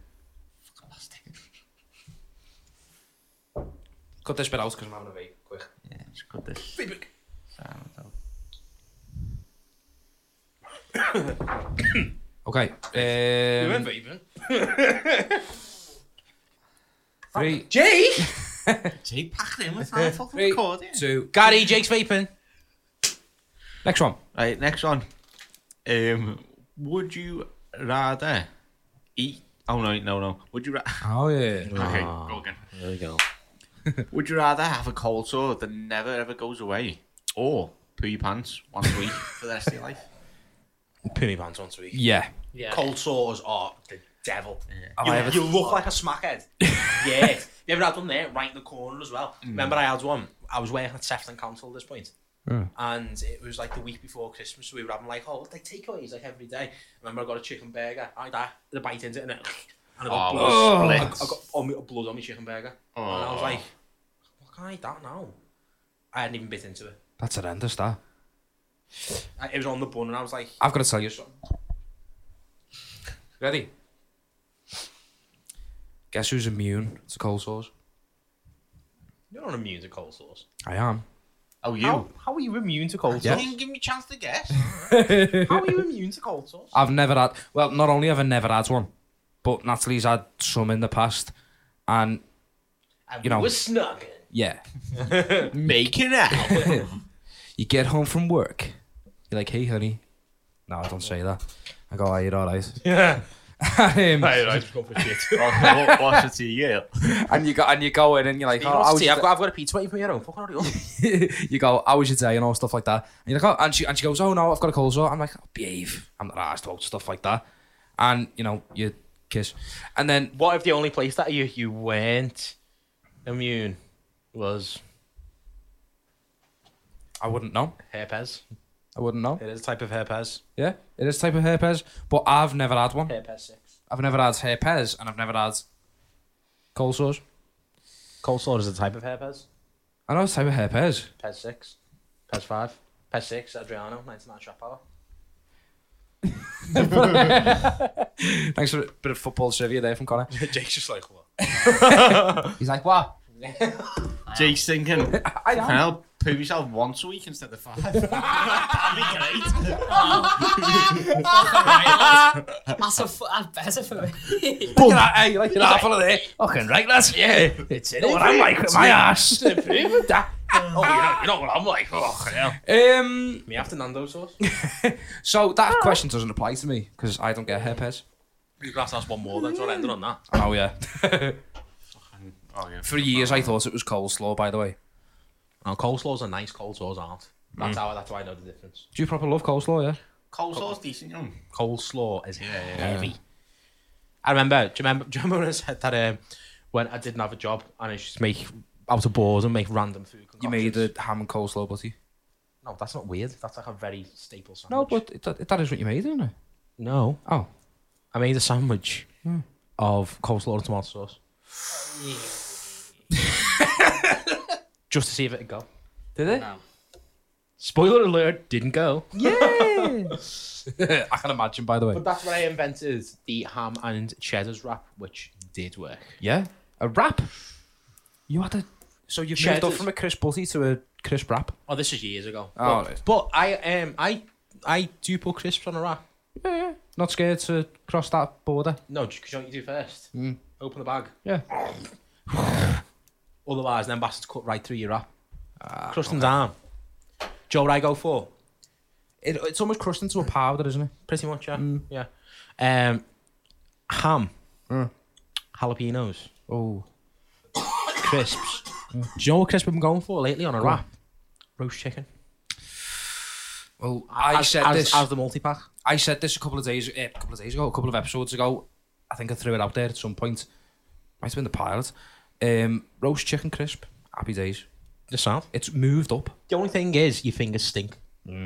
Speaker 3: Lost it.
Speaker 1: Cut this bit out because I'm having a vape. Quick.
Speaker 3: Yeah, just cut this. sound out.
Speaker 1: Okay. Um, *laughs* three,
Speaker 2: Jake!
Speaker 3: See, packed in with that fucking
Speaker 1: Three,
Speaker 3: recording.
Speaker 1: two.
Speaker 2: Gary, Jake's vaping.
Speaker 1: Next one.
Speaker 3: Right, next one. Um, would you rather eat? Oh no, no, no. Would you? Ra- *laughs*
Speaker 1: Oh yeah.
Speaker 3: okay, go again.
Speaker 2: Ah, There
Speaker 3: *laughs*
Speaker 2: you go.
Speaker 3: Would you rather have a cold sore that never ever goes away, or poo your pants once a week for the rest of your life?
Speaker 2: Pimmy pants once a week.
Speaker 1: Yeah.
Speaker 5: Yeah.
Speaker 2: Cold sores are the devil.
Speaker 1: Have
Speaker 2: You,
Speaker 1: I ever-
Speaker 2: you look like a smackhead. yeah. You ever had one there, right in the corner as well? Remember, I had one. I was working at Sefton Council at this point. And it was like the week before Christmas, so we were having like, oh, like takeaways like every day. Remember, I got a chicken burger. I had that, the bite into it, and, it, *sighs* and I got, blood,
Speaker 3: *laughs* Oh,
Speaker 1: I-
Speaker 3: split.
Speaker 2: I, I got on me, blood on my chicken burger. And I was
Speaker 3: Oh.
Speaker 2: like, what can I eat that now? I hadn't even bit into it.
Speaker 1: That's horrendous, that.
Speaker 2: I, it was on the bun, and I was like,
Speaker 1: I've got to tell you something. Ready? Guess who's immune to cold sores?
Speaker 2: you're not immune to cold sores.
Speaker 1: I am.
Speaker 3: oh, you?
Speaker 2: How, how are you immune to cold
Speaker 1: Yeah.
Speaker 2: sores?
Speaker 3: Didn't even give me a chance to guess.
Speaker 2: How are you immune to cold sores?
Speaker 1: I've never had. Well, not only have I never had one, but Natalie's had some in the past, and
Speaker 2: And
Speaker 1: You know.
Speaker 3: Oh.
Speaker 2: we were snugging.
Speaker 1: yeah,
Speaker 3: *laughs* Making out.
Speaker 1: You get home from work. You're like, hey, honey. No, I don't say that. I go, are you all
Speaker 2: *laughs*
Speaker 1: right?
Speaker 4: Yeah.
Speaker 1: um,
Speaker 4: Right, right. Just go for shit.
Speaker 3: Watch it to you.
Speaker 1: and you go and you go in and you're like, oh, how was your
Speaker 2: I've, got, I've got a pizza waiting for your own. Fucking hurry up.
Speaker 1: day?" *laughs* you go, how was your day and all stuff like that. And you're like, oh, and she and she goes, oh no, I've got a cold sore. I'm like, oh, behave. I'm not asked about stuff like that. And you know, you kiss, and then
Speaker 2: What if the only place that you you weren't immune was
Speaker 1: I wouldn't know.
Speaker 2: herpes?
Speaker 1: I wouldn't know.
Speaker 2: It is a type of herpes.
Speaker 1: Yeah, it is type of herpes, but I've never had one.
Speaker 2: Herpes six.
Speaker 1: I've never had herpes, and I've never had cold sores.
Speaker 2: Cold sore is a type of herpes.
Speaker 1: I know it's type of herpes.
Speaker 2: Pez six. Pez five. Pez six. Adriano. 99 shot power.
Speaker 1: *laughs* Thanks for a bit of football trivia there
Speaker 4: *laughs*
Speaker 1: from Connor.
Speaker 4: Jake's just like, what?
Speaker 1: He's like, what?
Speaker 2: *laughs*
Speaker 3: Jake's thinking,
Speaker 1: I
Speaker 3: can I poo myself once a week instead of five? That'd be great.
Speaker 5: That's, a f- that's better for me.
Speaker 1: Boom. Hey, you like an apple of there? Fucking right, lads. Yeah, it's it. What I'm like with
Speaker 4: *laughs*
Speaker 1: my ass. um, *laughs*
Speaker 4: Oh, you know, you know what I'm like? Oh, hell.
Speaker 2: Me after Nando *laughs* sauce.
Speaker 1: Um, so that question doesn't apply to me because I don't get herpes.
Speaker 4: You're going to ask one more then, so I'll end it on that.
Speaker 1: Oh yeah. *laughs*
Speaker 3: Oh, yeah.
Speaker 1: For years I thought it was coleslaw. By the way,
Speaker 2: Oh, coleslaws are nice. Coleslaws aren't. That's how. That's why I know the difference.
Speaker 1: do you proper love coleslaw? Yeah.
Speaker 3: Coleslaw's decent, you know.
Speaker 2: Coleslaw is heavy. I remember. Do you remember? Do you remember when I said that um, when I didn't have a job and I used to make I was bored and make random food.
Speaker 4: Oh,
Speaker 1: You made the ham and coleslaw, butty.
Speaker 2: No, that's not weird. That's like a very staple sandwich.
Speaker 1: No, but it, that, that is what you made, isn't it?
Speaker 2: no.
Speaker 1: Oh.
Speaker 2: I made a sandwich of coleslaw and tomato sauce. *laughs* Just to see if it would go.
Speaker 1: Did it?
Speaker 2: Spoiler alert, didn't go.
Speaker 1: Yeah. *laughs* I can imagine. By the way.
Speaker 2: But that's when I invented the ham and cheddars wrap, which did work.
Speaker 1: Yeah. A wrap. You had a. So you've moved up
Speaker 2: Cheddars.
Speaker 1: from a crisp butty to a crisp wrap.
Speaker 2: Oh, this is years ago.
Speaker 1: Oh,
Speaker 2: but,
Speaker 1: right.
Speaker 2: but I um I I do put crisps on a wrap.
Speaker 1: Not scared to cross that border.
Speaker 2: No, just because you know what you do first. Open the bag.
Speaker 1: Yeah.
Speaker 2: Otherwise, then bastards cut right through your wrap. Crush them down. Joe, what I go for?
Speaker 1: It, it's almost crushed into a powder, isn't it?
Speaker 2: Pretty much, yeah. Yeah. Um, ham. Mm. Jalapenos.
Speaker 1: Oh.
Speaker 2: Crisps. Do you know what crisp I'm going for lately Mm. on a wrap? Roast chicken.
Speaker 1: Well, I
Speaker 2: as,
Speaker 1: said
Speaker 2: as,
Speaker 1: this.
Speaker 2: as the multi pack.
Speaker 1: I said this a couple of days, eh, a couple of days ago, a couple of episodes ago. I think I threw it out there at some point. Might have been the pilot. Um, roast chicken crisp. Happy days.
Speaker 2: Just sound.
Speaker 1: It's moved up. Did
Speaker 2: The only thing is, your fingers stink.
Speaker 1: you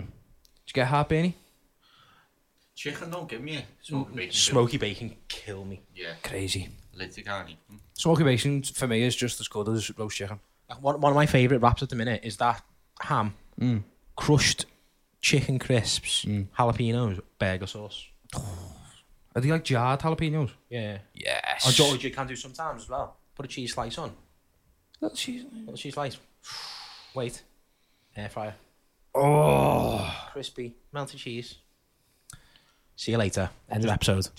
Speaker 1: get hard, Bernie?
Speaker 3: Chicken don't give me a
Speaker 2: Mm-hmm.
Speaker 3: smoke bacon.
Speaker 2: Smoky bacon kill me.
Speaker 3: Yeah,
Speaker 1: Crazy.
Speaker 3: later can't eat. them.
Speaker 1: Smoky bacon for me is just as good as roast chicken.
Speaker 2: Like, One, one of my favourite wraps at the minute is that ham,
Speaker 4: Mm.
Speaker 2: crushed chicken crisps, jalapenos, burger sauce.
Speaker 1: Are they like jarred jalapenos?
Speaker 2: Yeah.
Speaker 1: Yes.
Speaker 2: Or George, you can do sometimes as well. Put a cheese slice on.
Speaker 1: Little cheese.
Speaker 2: Put a cheese slice. Wait. Air fryer.
Speaker 1: Oh.
Speaker 2: Crispy. Melted cheese. See you later. End of episode.
Speaker 1: *laughs*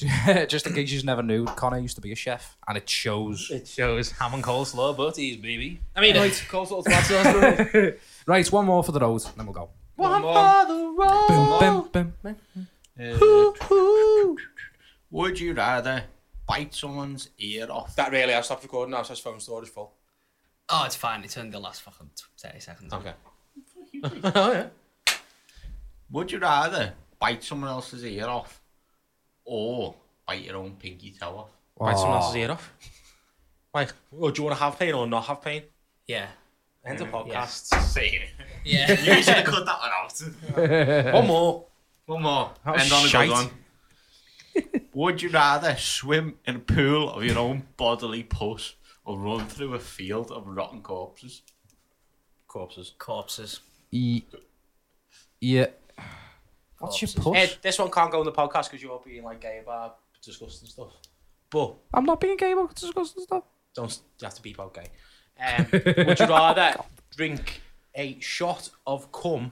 Speaker 1: just in case you never knew, Connor used to be a chef, and it shows.
Speaker 2: It shows ham and coleslaw, butties, baby. I mean, *laughs* coleslaw,
Speaker 4: *laughs*
Speaker 1: Right, one more for the road, and then we'll go.
Speaker 2: One for the road.
Speaker 1: Boom, boom, boom.
Speaker 3: Would you rather bite someone's ear off?
Speaker 4: That really, I stopped recording now, so his phone storage full.
Speaker 5: *laughs* Oh, it's fine. It's only the last fucking 30 seconds.
Speaker 2: Okay.
Speaker 3: Would you rather bite someone else's ear off or bite your own pinky toe off?
Speaker 2: Bite someone else's ear off. Like, oh, do you want to have pain or not have pain?
Speaker 5: Yeah.
Speaker 2: End of podcast.
Speaker 3: *laughs* Same.
Speaker 2: *laughs*
Speaker 5: Yeah.
Speaker 3: You should have cut that one out.
Speaker 2: One more.
Speaker 3: One more.
Speaker 2: That was
Speaker 3: End on a
Speaker 2: shite.
Speaker 3: good one. *laughs* Would you rather swim in a pool of your own bodily pus or run through a field of rotten corpses?
Speaker 2: Corpses.
Speaker 5: Corpses.
Speaker 1: E- yeah. What's your
Speaker 5: Corpses.
Speaker 1: push?
Speaker 2: Ed, this one can't go in the podcast because you're being like gay about disgusting stuff. But
Speaker 1: I'm not being gay about disgusting stuff.
Speaker 2: don't s- you have to beep out gay. Um, would *laughs* you rather drink a shot of cum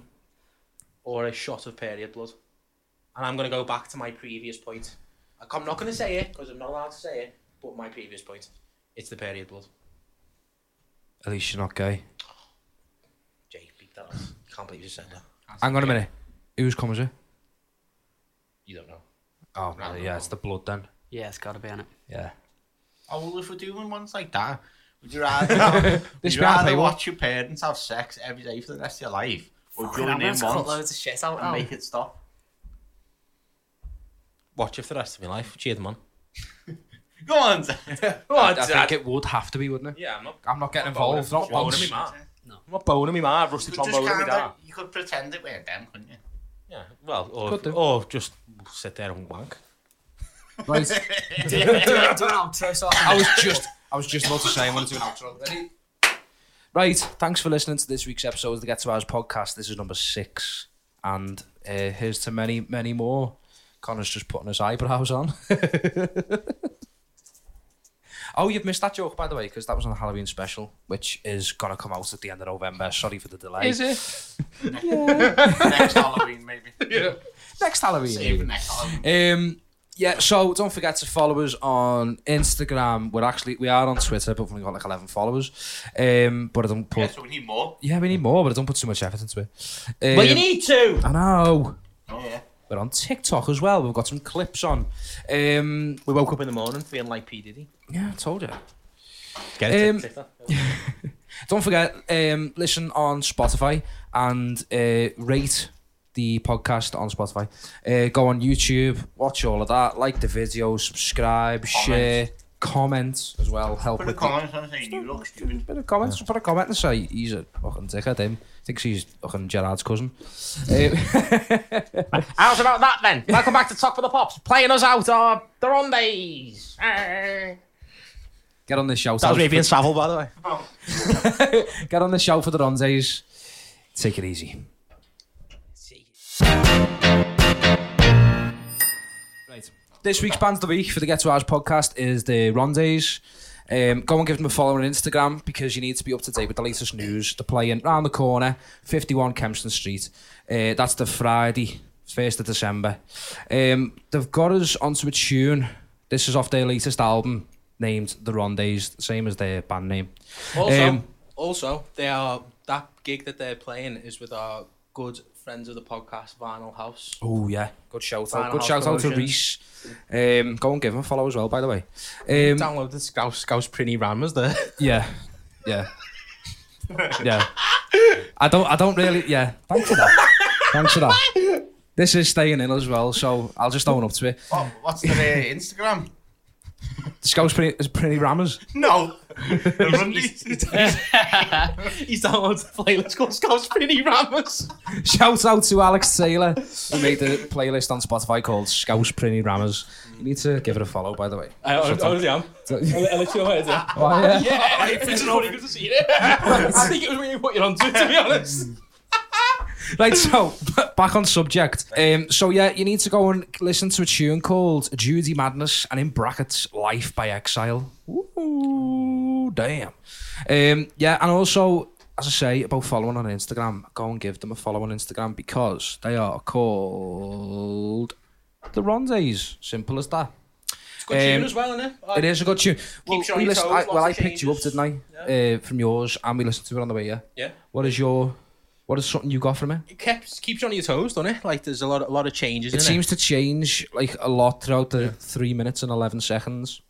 Speaker 2: or a shot of period blood? And I'm going to go back to my previous point. I- I'm not going to say it because I'm not allowed to say it, but my previous point. It's the period blood.
Speaker 1: At least you're not gay.
Speaker 2: Jay, beep that off. You can't believe you said that.
Speaker 1: Hang on a minute. Whose cum is it?
Speaker 2: You don't know.
Speaker 1: Oh,
Speaker 2: Random
Speaker 1: yeah,
Speaker 2: cum.
Speaker 1: it's the blood then.
Speaker 5: Yeah, it's got to be on it.
Speaker 1: Yeah.
Speaker 3: Oh, well, if we're doing ones like that, would you rather, have, would
Speaker 1: This
Speaker 3: you
Speaker 1: man
Speaker 3: rather
Speaker 1: pay what?
Speaker 3: watch your parents have sex every day for the rest of your life, or
Speaker 5: Fucking
Speaker 3: join
Speaker 5: hell,
Speaker 3: in
Speaker 5: let's cut
Speaker 3: once
Speaker 5: loads of shit out.
Speaker 3: and
Speaker 5: now.
Speaker 3: make it stop?
Speaker 2: Watch it for the rest of my life. Cheer them on.
Speaker 3: Go on, Zed.
Speaker 2: Oh,
Speaker 1: I think it would have to be, wouldn't it?
Speaker 2: Yeah, I'm not.
Speaker 1: I'm not getting involved. Not
Speaker 2: boning
Speaker 1: bounce.
Speaker 2: me, ma. I'm not boning me, ma. I've rusty
Speaker 3: You could,
Speaker 2: trombone
Speaker 3: just
Speaker 2: in me,
Speaker 3: kinda,
Speaker 2: dad.
Speaker 3: you could pretend it weren't them, couldn't you?
Speaker 2: Yeah, well,
Speaker 1: Could do.
Speaker 2: or, or just sit there and wank.
Speaker 1: Right.
Speaker 5: Do an
Speaker 2: *laughs*
Speaker 5: outro, so I
Speaker 1: I was just, I was just about to say, I wanted to do an outro. Ready? Right, thanks for listening to this week's episode of the Get to Ours podcast. This is number six, and uh, here's to many, many more. Connor's just putting his eyebrows on. *laughs* oh, you've missed that joke, by the way, because that was on the Halloween special, which is going to come out at the end of November. Sorry for the delay. Is it?
Speaker 3: Next Halloween, maybe.
Speaker 1: Next Halloween.
Speaker 3: Save for next Halloween.
Speaker 1: Um, yeah, so don't forget to follow us on Instagram. We're actually we are on Twitter, but we've only got like eleven followers. Um, but I don't put.
Speaker 3: Yeah,
Speaker 1: Yeah,
Speaker 3: so we need more.
Speaker 1: we need more, but I don't put too much effort into it. Um,
Speaker 4: But you need to.
Speaker 1: I know.
Speaker 3: Oh, yeah.
Speaker 1: We're on TikTok as well. We've got some clips on. Um,
Speaker 2: We woke up in the morning feeling like P Diddy.
Speaker 1: yeah, I told you.
Speaker 2: Get
Speaker 1: it,
Speaker 2: it?
Speaker 1: Um, *laughs* Don't forget, um, listen on Spotify and uh, rate the podcast on Spotify. Uh, go on YouTube, watch all of that, like the video, subscribe, share, comment as well. Help
Speaker 3: Put a
Speaker 1: with
Speaker 3: comment on saying you look stupid.
Speaker 1: Bit of comments, put a comment and say he's a fucking dickhead. Him thinks he's fucking Gerard's cousin. Uh, *laughs*
Speaker 2: How's about that then? Welcome back to Talk for the Pops. Playing us out are the Rondays.
Speaker 1: get on the show.
Speaker 2: That was me being Savile, by the way.
Speaker 1: Get on the show for the Rondes. Take it easy. Right. This week's Bands of the Week for the Get to Ours podcast is the Rondes. Um, go and give them a follow on Instagram because you need to be up to date with the latest news. They're playing round the corner, 51 Kempston Street. Uh, that's the Friday, 1st of December. Um, they've got us onto a tune. This is off their latest album named The Rondes, same as their band name.
Speaker 2: Also,
Speaker 1: Um,
Speaker 2: also, they are that gig that they're playing is with our good friends of the podcast, Vinyl House.
Speaker 1: Oh yeah, good shout out.
Speaker 2: Final
Speaker 1: Good
Speaker 2: House
Speaker 1: shout out to Reese.
Speaker 2: Promotions.
Speaker 1: Um, go and give him a follow as well, by the way. Um,
Speaker 2: Download the Scouse Scouse Prinny Rammers there.
Speaker 1: yeah,
Speaker 2: *laughs*
Speaker 1: yeah, yeah. I don't, I don't really. Yeah, thanks for that. thanks for that. This is staying in as well, so I'll just own up to it.
Speaker 3: What, what's their uh, Instagram?
Speaker 1: The Scouse pretty, is pretty rammers. *laughs*
Speaker 3: *laughs* No. Rundies.
Speaker 2: He's downloaded the playlist called Scouse Prinny Rammers.
Speaker 1: Shout out to Alex Taylor who made the playlist on Spotify called Scouse Prinny Rammers. You need to give it a follow, by the way.
Speaker 4: I honestly am. *laughs* I literally am.
Speaker 1: *laughs* Oh, yeah.
Speaker 4: Yeah, it's really good to see you. I think it was when you put your on to, to be honest.
Speaker 1: Right, so back on subject. Um, so yeah, you need to go and listen to a tune called "Judy Madness" and in brackets "Life by Exile." Ooh, damn. Um, yeah, and also as I say about following on Instagram, go and give them a follow on Instagram because they are called the Rondes. Simple as that.
Speaker 2: It's good
Speaker 1: Um,
Speaker 2: tune as well, isn't it?
Speaker 1: It is a good tune. Well,
Speaker 2: you on
Speaker 1: we
Speaker 2: your
Speaker 1: listened,
Speaker 2: toes,
Speaker 1: I, well, I
Speaker 2: lots of
Speaker 1: picked you up,
Speaker 2: changes.
Speaker 1: didn't I? Uh, from yours, and we listened to it on the way. Yeah.
Speaker 2: Yeah.
Speaker 1: What is your? What is something you got from it?
Speaker 2: It keeps keeps you on your toes, doesn't it? Like there's a lot a lot of changes.
Speaker 1: It
Speaker 2: innit?
Speaker 1: seems to change like a lot throughout the three minutes and eleven seconds.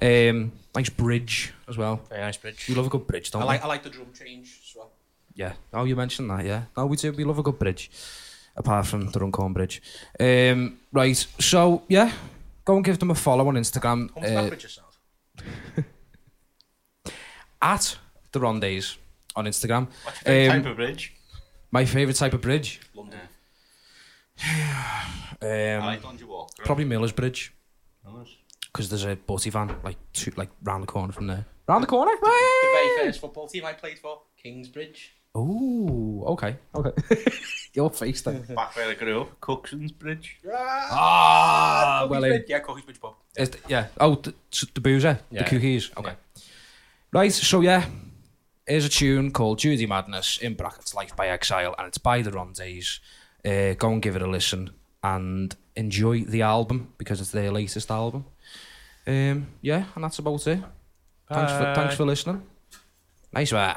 Speaker 1: Um, nice bridge as well.
Speaker 2: very nice bridge.
Speaker 1: You love a good bridge, don't
Speaker 2: I
Speaker 1: you?
Speaker 2: like I like the drum change as well.
Speaker 1: yeah. Oh, you mentioned that. Yeah. No, we do. We love a good bridge, apart from the Runcorn Bridge. Um, right. So yeah, go and give them a follow on Instagram
Speaker 2: Come
Speaker 1: uh,
Speaker 2: back with yourself.
Speaker 1: uh, at the Rondes on Instagram.
Speaker 3: What's your favourite
Speaker 1: Um,
Speaker 3: type of bridge?
Speaker 1: My favorite type of bridge,
Speaker 2: London.
Speaker 1: um,
Speaker 3: I like on your walk.
Speaker 1: probably Miller's Bridge,
Speaker 3: Nice.
Speaker 1: because there's a butty van like two, like round the corner from there. Round the corner.
Speaker 2: The very first football team I played for, Kingsbridge.
Speaker 1: Oh, okay, okay. *laughs* Your face then.
Speaker 3: Back where I grew up, Cookson's Bridge.
Speaker 1: Ah, well,
Speaker 2: Cookies
Speaker 1: in.
Speaker 2: Bridge, yeah, Cookiesbridge Pub.
Speaker 1: Is th- yeah. Oh, the, the boozer, the
Speaker 2: Yeah.
Speaker 1: cookies. Okay. Right. So yeah, here's a tune called "Judy Madness" in brackets "Life by Exile" and it's by the Rondes. Uh, go and give it a listen and enjoy the album because it's their latest album. Um, yeah, and that's about it. Thanks for thanks for listening. Nice one.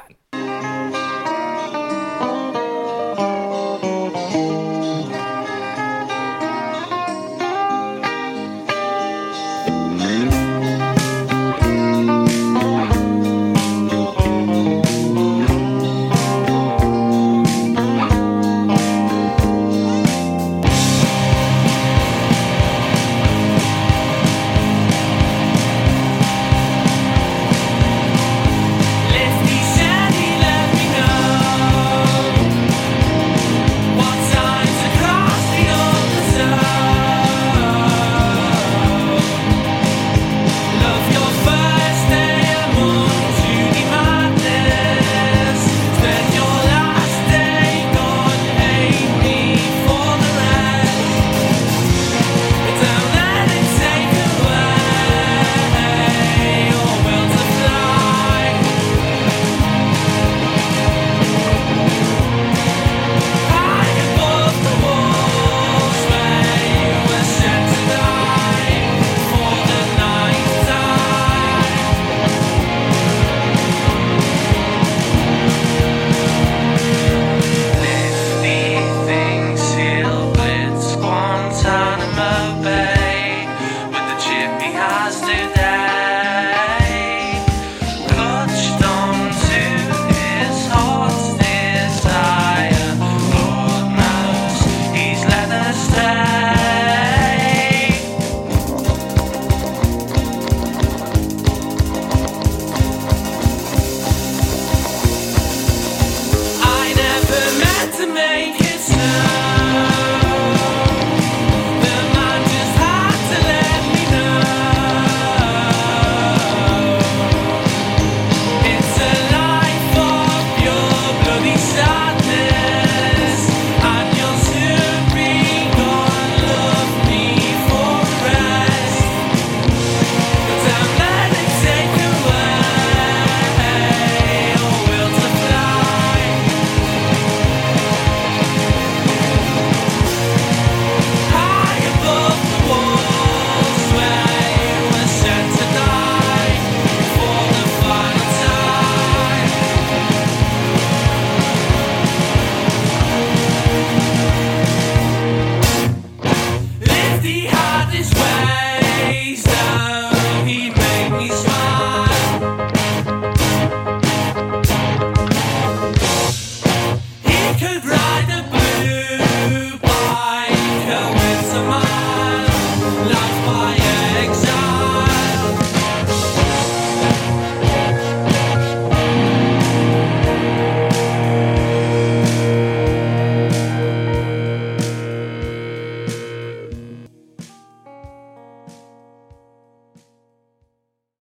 Speaker 5: die.